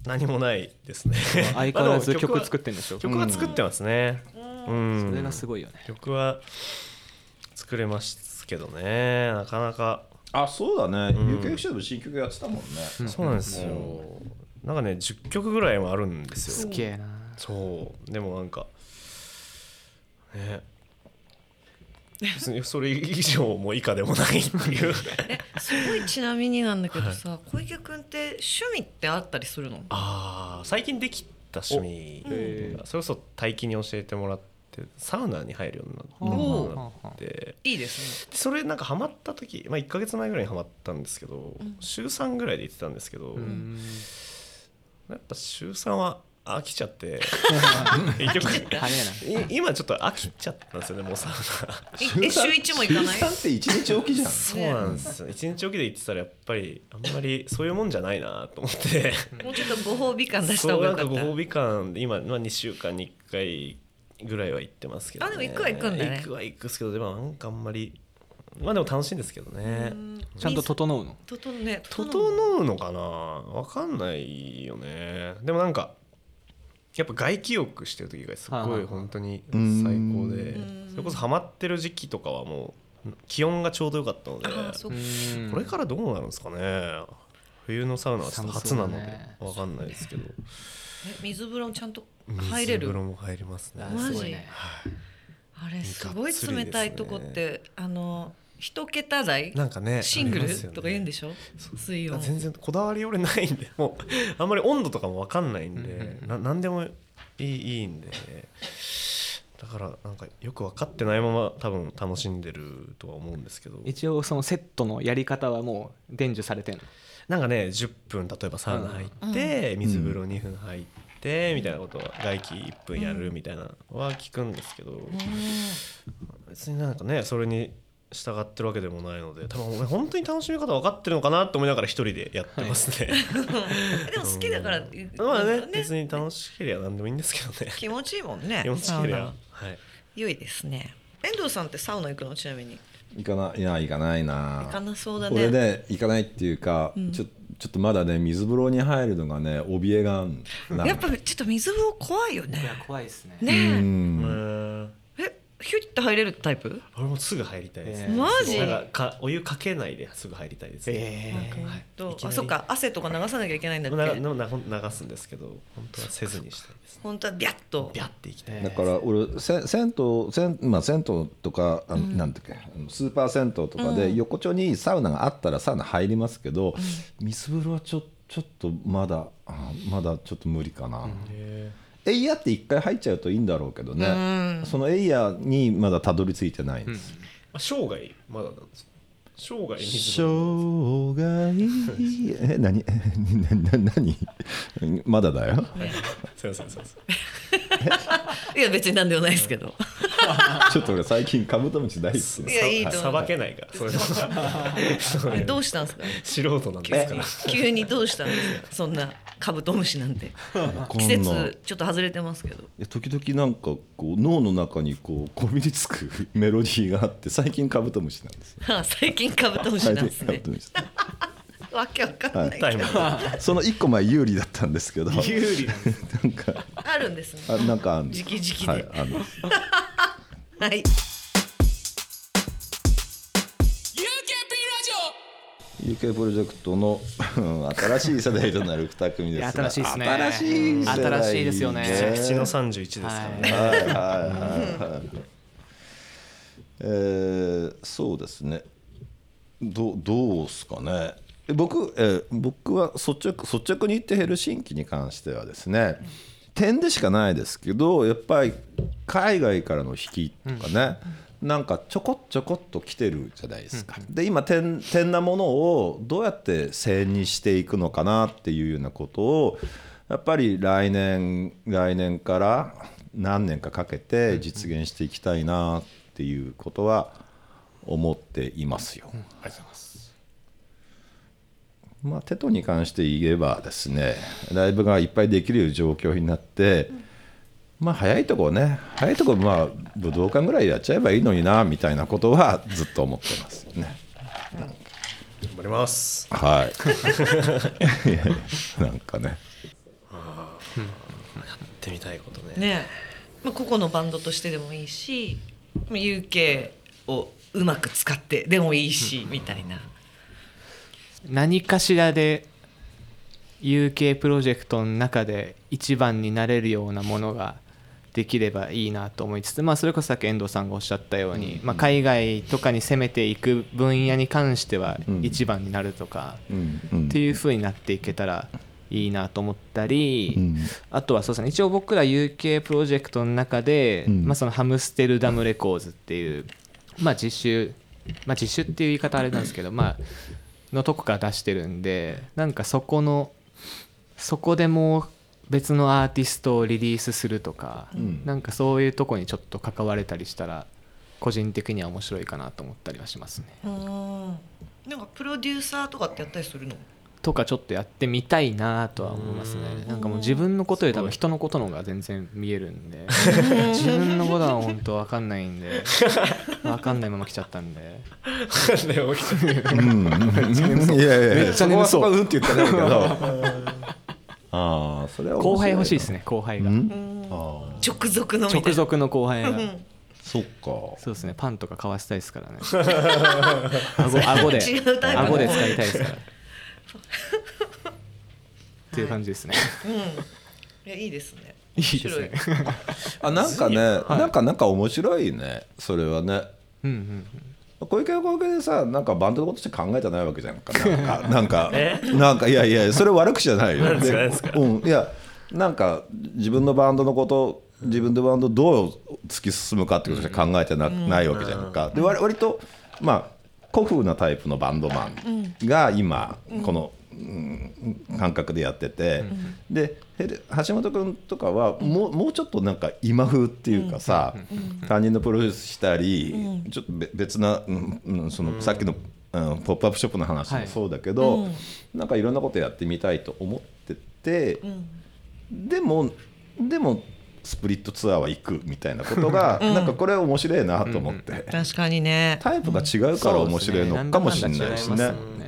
Speaker 5: 何もないですね
Speaker 3: 相変わらず
Speaker 5: まあでも
Speaker 3: 曲
Speaker 5: は
Speaker 3: 作ってるんでしょ
Speaker 5: 曲は作ってますね、うん
Speaker 3: それがすごいよね
Speaker 5: 曲は作れますけどねなかなか
Speaker 1: あそうだね
Speaker 5: ん
Speaker 1: UKFC でも新曲やってたもんね
Speaker 5: そうなんですよなんかね10曲ぐらいもあるんです
Speaker 3: す
Speaker 5: よ
Speaker 3: げえな
Speaker 5: そうでもなんかね別にそれ以上も以下でもないっていう
Speaker 2: すごいちなみになんだけどさ、小池君って趣味ってあったりするの
Speaker 5: ああ最近できた趣味それこそ大気に教えてもらってサウナに入るように
Speaker 2: お
Speaker 5: なって
Speaker 2: いいですね
Speaker 5: それなんかハマった時、まあ、1か月前ぐらいにハマったんですけど、週3ぐらいで行ってたんですけど、
Speaker 3: うん
Speaker 5: やっぱ週3は飽きちゃって 結局
Speaker 3: 早いない
Speaker 5: 今ちょっと飽きちゃったんですよねも うサウナ
Speaker 2: いえ週一も行かない
Speaker 1: 週3って一日おきじゃん
Speaker 5: そうなんですよ一日おきで行ってたらやっぱりあんまりそういうもんじゃないなと思って
Speaker 2: もうちょっとご褒美感出した
Speaker 5: そ
Speaker 2: 方
Speaker 5: う
Speaker 2: が
Speaker 5: な
Speaker 2: よか
Speaker 5: んか
Speaker 2: っ
Speaker 5: ご
Speaker 2: た
Speaker 5: 褒美感で今、まあ、2週間に1回ぐらいは行ってますけど、ね、
Speaker 2: あでも行くは行くんだね
Speaker 5: 行くは行くですけどでもなんかあんまりまあでも楽しいんですけどね
Speaker 3: ちゃんと整うの
Speaker 2: 整うね
Speaker 5: 整
Speaker 2: う
Speaker 5: うのかなわかんないよねでもなんかやっぱ外気浴してる時がす
Speaker 3: はいは
Speaker 5: ごい
Speaker 3: いはい
Speaker 5: 本当に最
Speaker 1: ん
Speaker 5: 高でそれこそハマってる時期とかはもう気温がちょうど良かったので
Speaker 2: あーそうう
Speaker 3: ーん
Speaker 5: これからどうなるんですかね冬のサウナはちょっと初なので
Speaker 3: 寒そうだね
Speaker 5: わかんないですけど
Speaker 2: え水風呂もちゃんと入れ
Speaker 5: 水風
Speaker 2: る
Speaker 5: 呂も入りますね
Speaker 3: あ
Speaker 2: マジ
Speaker 3: すごいね
Speaker 2: あれすごい
Speaker 5: がっつりですね
Speaker 2: 冷たいとこってあの一桁台
Speaker 5: なんかね
Speaker 2: シング
Speaker 5: あります
Speaker 2: ル
Speaker 5: よね
Speaker 2: とか言うんでしょ水温
Speaker 5: 全然こだわり俺ないんでもうあんまり温度とかも分かんないんで、
Speaker 3: うんうん
Speaker 5: な何でもいいいいんでだからなんかよく分かってないまま多分楽しんでるとは思うんですけど
Speaker 3: 一応そのセットのやり方はもう伝授されてる
Speaker 5: なんかね10分例えばサウナ入って、水風呂2分入ってみたいなことは外気1分やるみたいなのは聞くんですけど、別になんかねそれに従ってるわけでもないので多分俺本当に楽しみ方分かってるのかなと思いながら一人でやってますね。
Speaker 2: でも好きだからっていう
Speaker 5: まあね
Speaker 2: ね
Speaker 5: 別に楽しければ何でもいいんですけどね
Speaker 2: 気持ちいいもんね
Speaker 5: 気持ち
Speaker 2: サウ
Speaker 5: けれ
Speaker 2: ナ
Speaker 5: ばはい
Speaker 2: 良いですね遠藤さんってサウナ行くのちなみに
Speaker 1: 行かないや行かないな
Speaker 2: 行かなそうだね
Speaker 1: 俺ね行かないっていうか、ちょちょっとまだね水風呂に入るのがね怯えがあんな
Speaker 2: やっぱちょっと水風呂怖いよね
Speaker 3: 怖いですね
Speaker 1: う
Speaker 2: ね
Speaker 5: うんん
Speaker 2: ええヒュッて入れるタイプ
Speaker 5: 俺もすぐ入りたいです、
Speaker 3: えー
Speaker 2: マジ
Speaker 5: なんかかお湯かけないですぐ入りたいです
Speaker 3: えー
Speaker 5: なんかはい
Speaker 2: どう
Speaker 5: いきな
Speaker 2: あ
Speaker 5: り
Speaker 2: そっか汗とか流さなきゃいけないんだ
Speaker 5: な
Speaker 2: っけ
Speaker 5: なな流すんですけど本当はせずにしたいです
Speaker 2: 本当はビャッと
Speaker 5: ビャっていきたい
Speaker 1: だから俺せ銭湯銭,、まあ、銭湯とかあの、なんていうっけあのスーパー銭湯とかで横丁にサウナがあったらサウナ入りますけど、水風呂はちょちょっとまだあまだちょっと無理かな、エイヤーって一回入っちゃうといいんだろうけどね、そのエイヤーにまだたどり着いてないんです、
Speaker 5: あ生涯まだなんですか生涯水風呂
Speaker 1: 生涯え何 何何何まだだよ
Speaker 5: すいませんすいません
Speaker 2: いや別になんでもないですけど
Speaker 1: ちょっと俺最近カブトムシ大好きで
Speaker 2: いやいいと思う
Speaker 5: さばけないからそれは そういう
Speaker 2: どうしたんですか
Speaker 5: 素人なんですから
Speaker 2: 急にどうしたんですかそんなカブトムシなんて季
Speaker 1: わかんない
Speaker 2: 節ちょっと外れてますけ
Speaker 1: い
Speaker 2: ど
Speaker 1: や時々なんかこう脳の中にこうこびりつくメロディーがあって最近カブトムシなんですよ。
Speaker 2: あ最近カブトムシなんです
Speaker 1: 最
Speaker 2: ね
Speaker 1: 近カブトムシ
Speaker 2: わけわかんない
Speaker 5: タイム
Speaker 1: その一個前有利だったんですけど な
Speaker 5: 有利なんです
Speaker 1: んか
Speaker 2: あるんですね
Speaker 1: あなんかあんです
Speaker 2: 直々で
Speaker 1: はいあの
Speaker 2: はい
Speaker 1: 有形プロジェクトのうん新しい世代となる二組ですが
Speaker 3: いや新しいですね
Speaker 1: 新しい世代
Speaker 3: 新しいですよね
Speaker 5: 口の31ですからね
Speaker 1: はいはいはいはい。えーそうですね。どうどうすかね。え僕えー僕は率直率直に言ってヘルシンキに関してはですね。点でしかないですけどやっぱり海外からの引きとかね、なんかちょこっちょこっと来てるじゃないですか、で今点点なものをどうやって線にしていくのかなっていうようなことをやっぱり来年来年から何年かかけて実現していきたいなっていうことは思っていますよ。まあ、テトに関して言えばですねライブがいっぱいできる状況になって、まあ早いとこね早いとこまあ武道館ぐらいやっちゃえばいいのになみたいなことはずっと思ってますよ ね。
Speaker 5: 頑張ります
Speaker 1: はい。いやいやなんかね。
Speaker 5: やってみたいことね
Speaker 2: ねまあ、個々のバンドとしてでもいいし UK をうまく使ってでもいいしみたいな
Speaker 3: 何かしらで UK プロジェクトの中で一番になれるようなものができればいいなと思いつつ、まあ、それこそさっき遠藤さんがおっしゃったように、まあ、海外とかに攻めていく分野に関しては
Speaker 1: ん
Speaker 3: 一番になるとか、
Speaker 1: うんうん
Speaker 3: っていう風になっていけたらいいなと思ったり、
Speaker 1: うん
Speaker 3: あとはそうですね一応僕ら UK プロジェクトの中で、
Speaker 1: うん
Speaker 3: まあ、そのハムステルダムレコーズっていう、まあ、自主、まあ、自主っていう言い方あれなんですけど、まあのとこから出してるんでなんかそこのそこでもう別のアーティストをリリースするとか、
Speaker 1: ん
Speaker 3: なんかそういうとこにちょっと関われたりしたら個人的には面白いかなと思ったりはしますね。
Speaker 2: うんなんかプロデューサーとかってやったりするの
Speaker 3: とかちょっとやってみたいなとは思いますねなんかもう自分のことより多分人のことの方が全然見えるんで自分のことは本当わかんないんでわかんないまま来ちゃったんで
Speaker 5: ね起きてる
Speaker 1: いやいやいや
Speaker 3: めっちゃ眠そう
Speaker 1: こはこはうんって言ってないけど。ああそれは面白
Speaker 3: 後輩欲しいです
Speaker 1: ね。
Speaker 3: ね後輩が
Speaker 1: うん。ああ
Speaker 2: 直属のみたいな
Speaker 3: 直属の後輩が
Speaker 1: そっか。
Speaker 3: そうですねパンとか買わせたいですからね顎顎で
Speaker 2: 違うタイプの
Speaker 3: 顎で使いたいですからっていう感じですね
Speaker 2: いやいいですね
Speaker 3: いいですね
Speaker 2: 面白い
Speaker 1: あなんかね、なんかなんか面白いねそれはね
Speaker 3: うんうん
Speaker 1: 小池は小池でさなんかバンドのことして考えてないわけじゃんかなんかなんか
Speaker 5: え
Speaker 1: なんかいやいやそれ悪口じゃないよ
Speaker 5: なんですかなんですか
Speaker 1: うんいやなんか自分のバンドのこと自分のバンドどう突き進むかってことしか考えてな,、ないわけじゃんかで割割とまあ古風なタイプのバンドマンが今この、うん感覚でやってて、でヘレ橋本君とかはもうもうちょっとなんか今風っていうかさ、担任のプロデュースしたり、ちょっとべ別な、うんうんそのさっきの、うんポップアップショップの話もそうだけど、なんかいろんなことやってみたいと思ってて、でもでもスプリットツアーは行くみたいなことが、なんかこれ面白いなと思って、
Speaker 2: 確かにね
Speaker 1: タイプが違うから面白いのかもしれないですね。
Speaker 3: うんね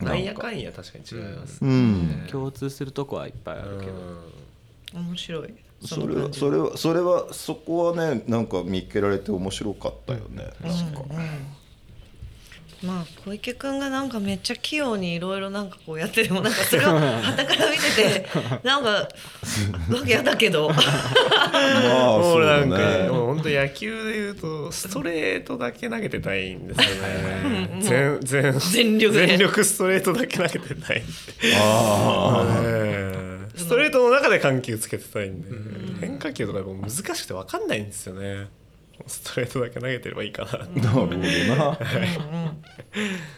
Speaker 5: なんやかんや確かに違います
Speaker 1: う
Speaker 5: ね
Speaker 1: ん
Speaker 3: 共通するとこはいっぱいあるけど
Speaker 2: 面白い
Speaker 1: そ
Speaker 2: の
Speaker 1: れ
Speaker 2: 感
Speaker 1: は
Speaker 2: じ
Speaker 1: それはそれはそこはねなんか見っけられて面白かったよね、なんか
Speaker 2: まあ小池くんがなんかめっちゃ器用にいろいろなんかこうやっててもなんかそれを傍から見て てなんかわけやだけど
Speaker 1: まあ
Speaker 5: も
Speaker 1: そうう
Speaker 5: な
Speaker 1: だ
Speaker 5: んか
Speaker 1: ね
Speaker 5: もう本当野球でいうとストレートだけ投げてないんですよね全全
Speaker 2: 全力で
Speaker 5: 全力ストレートだけ投げてない
Speaker 1: あ
Speaker 5: えーストレートの中で緩急つけてたいんで、変化球とかやっぱ難しくて分かんないんですよねストレートだけ投げてればいいかな、
Speaker 1: あなるほどない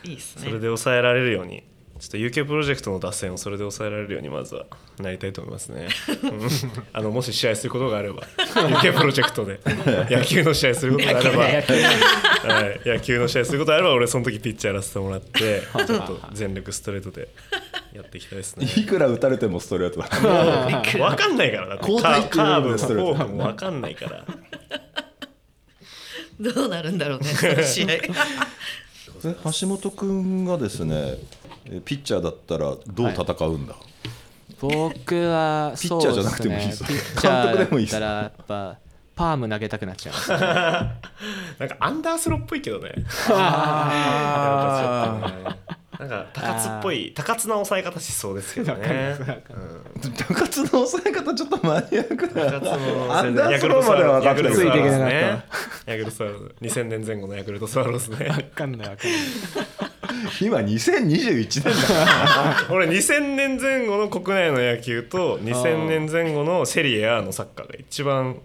Speaker 2: いです
Speaker 5: それで
Speaker 2: ね
Speaker 5: 抑えられるようにちょっと UK プロジェクトの打線をそれで抑えられるようにまずはなりたいと思いますねうんあのもし試合することがあれば UK プロジェクト で野球の試合することがあれば、はい、野球の試合することがあれば俺その時ピッチャーやらせてもらってちょっと全力ストレートでやっていきたいですね
Speaker 1: いくら打たれてもストレートだ
Speaker 5: 分かんないからだって
Speaker 1: 交代っていう
Speaker 5: カー
Speaker 1: の
Speaker 5: ブも
Speaker 1: で
Speaker 5: フ
Speaker 1: ストレ
Speaker 5: ォ
Speaker 1: ート
Speaker 5: ークも分かんないから
Speaker 2: どうなるんだろうねその試合
Speaker 1: え橋本君がですねえピッチャーだったらどう戦うんだ、
Speaker 3: 僕は
Speaker 1: ピッチャーじゃなくてもいいです
Speaker 3: そうすねピッチャー
Speaker 1: 監督でもいいで
Speaker 3: だっ
Speaker 1: す
Speaker 3: たらやっぱパーム投げたくなっちゃいますね
Speaker 5: なんかアンダースローっぽいけどね
Speaker 1: あ
Speaker 5: なんか高津っぽい高津な抑え方しそうですけどね
Speaker 1: 中津の抑え方ちょっとマニアックだ
Speaker 5: 高津の
Speaker 1: アンダースローまでは分か
Speaker 5: ヤ
Speaker 1: って
Speaker 5: ク
Speaker 1: る
Speaker 5: ルトスワローズ
Speaker 3: ついていけな
Speaker 5: ねヤクルトスワローズ2000年前後のヤクルトスワローズね
Speaker 3: 分かんない分かんない
Speaker 1: 今2021年だ
Speaker 5: 俺2000年前後の国内の野球と2000年前後のセリエ A のサッカーが一番好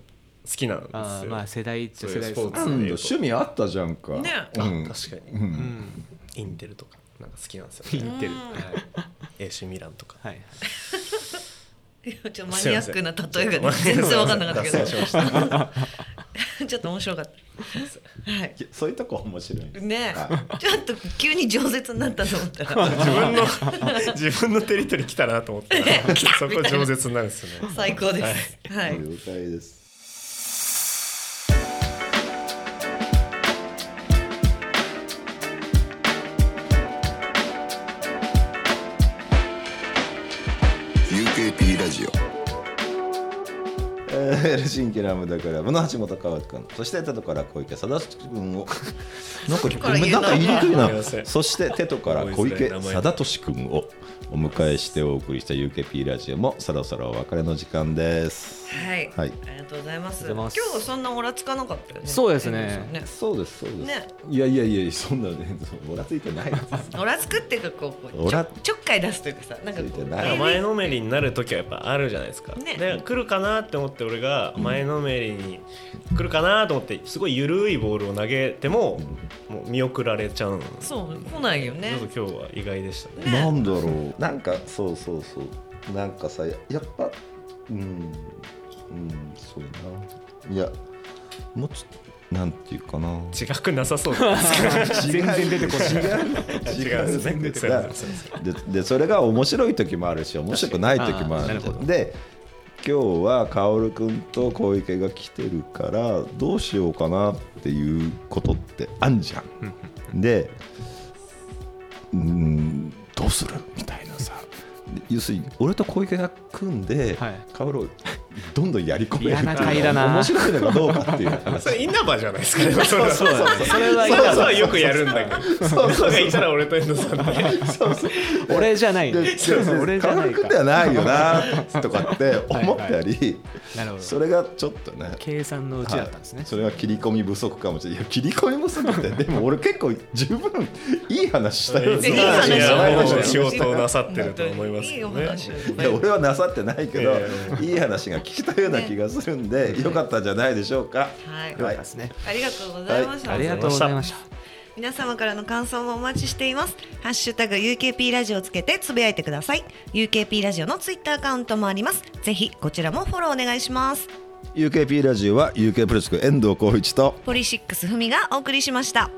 Speaker 5: きなんです
Speaker 3: あー
Speaker 5: よ
Speaker 3: まあ世代っちゃ
Speaker 5: そう
Speaker 3: 世
Speaker 5: いう
Speaker 3: 代
Speaker 5: ス
Speaker 3: で
Speaker 5: ポ
Speaker 3: す
Speaker 5: ー
Speaker 3: ね
Speaker 5: ツでいうと
Speaker 1: 趣味あったじゃんか、
Speaker 2: ね
Speaker 1: うん、
Speaker 5: 確かに、
Speaker 3: うん
Speaker 5: インテルとかなんか好きなんです
Speaker 3: イ
Speaker 5: よね
Speaker 3: ンテル
Speaker 5: はい AC ミランとか
Speaker 3: はい
Speaker 2: いやちょっとマニアックな例えが全然分かんなかったけどちょっと面白かったはい
Speaker 1: そういうとこ面白いです
Speaker 2: ね
Speaker 1: は
Speaker 2: ちょっと急に饒舌になったと思ったら
Speaker 5: 自分の 自分のテリトリー来たなと思って そこ饒舌になるんですよね
Speaker 2: 最高ですはい
Speaker 1: 了解です
Speaker 4: ー UKP ラジオ
Speaker 1: えー、エルシンキラムだからの橋本川君そして手とから小池貞俊君をなんかごめんなんか言いにくい
Speaker 5: ごめんなさ
Speaker 1: ないそして手とから小池貞俊君をお迎えしてお送りした UKP ラジオもそろそろお別れの時間です
Speaker 2: はい、
Speaker 1: はい
Speaker 2: ありがとうございます。
Speaker 3: ありがと
Speaker 2: 今
Speaker 3: うご
Speaker 2: 日
Speaker 3: ざいます
Speaker 2: そんなオラつかなかったよね。
Speaker 3: そうですね
Speaker 2: 遠藤さ
Speaker 1: そうですそうです、
Speaker 2: ね
Speaker 1: いやいやいやそんなねそうオラついてないです
Speaker 2: んねオラつくっていうかこうこう
Speaker 1: オラ
Speaker 2: ちょちょっかい出すというかさ、なんかこ
Speaker 1: ついて
Speaker 2: う
Speaker 1: ない
Speaker 2: えー
Speaker 5: 前のめりになる時はやっぱあるじゃないですか、
Speaker 2: ね
Speaker 5: で来るかなって思って俺が前のめりに来るかなと思ってすごい緩いボールを投げてももう見送られちゃうんです
Speaker 2: そう来ないよね
Speaker 5: ちょ。っと今日は意外でしたね
Speaker 1: なんだろうなんかそうそうそうなんかさややっぱうんうんそうないやもうちょっとなんていうかな
Speaker 5: 違くなさそうじゃないですか
Speaker 1: 全然出てこない違う
Speaker 5: 違うんですね
Speaker 1: 全然出てこ
Speaker 5: すい
Speaker 1: な
Speaker 5: ま
Speaker 1: い
Speaker 5: せんすいま
Speaker 1: ででそれが面白い時もあるし面白くない時もある
Speaker 3: 確かにあーなるほど
Speaker 1: で今日は薫君と小池が来てるからどうしようかなっていうことってあんじゃん。でうーんどうするみたいなさで要するに俺と小池が組んで
Speaker 3: はい
Speaker 1: 薫、をどんどんやり込める
Speaker 3: 嫌な回だな
Speaker 1: 面白いのかどうかっていう話
Speaker 5: それ稲葉じゃないですかね。それ は
Speaker 1: そうそう
Speaker 5: それは稲葉はよくやるんだけど。そ
Speaker 1: そう
Speaker 5: う
Speaker 1: そ
Speaker 5: そううがいたら俺と遠藤さんで。
Speaker 1: そうそう
Speaker 3: 俺じゃない
Speaker 1: で
Speaker 3: 俺じゃな
Speaker 1: 川
Speaker 3: い
Speaker 1: 上
Speaker 3: か
Speaker 1: 君ではないよなとかって思ったり、
Speaker 3: なるほど
Speaker 1: それがちょっとね
Speaker 3: 計算のうちだったんですね
Speaker 1: はい、それは切り込み不足かもしれないいや切り込み不足 ってでも俺結構十分いい話したい
Speaker 2: いい話
Speaker 5: い
Speaker 2: じゃない
Speaker 5: や
Speaker 2: で
Speaker 5: もう
Speaker 2: し
Speaker 5: 仕
Speaker 2: ょ
Speaker 5: 事をなさってると思いますけどね。
Speaker 1: いや俺はなさってないけど、
Speaker 5: え
Speaker 1: いい話が聞けたような気がするんで、よかったんじゃないでしょうか。
Speaker 2: はい
Speaker 1: はい
Speaker 3: ですね
Speaker 2: ありがとうございました、
Speaker 3: ありがとうございました
Speaker 2: 皆様からの感想もお待ちしていますハッシュタグ UKP ラジオをつけてつぶやいてください UKP ラジオのツイッターアカウントもありますぜひこちらもフォローお願いします
Speaker 1: UKP ラジオは UK プロジェクト遠藤浩一と
Speaker 2: ポリシックスふみがお送りしました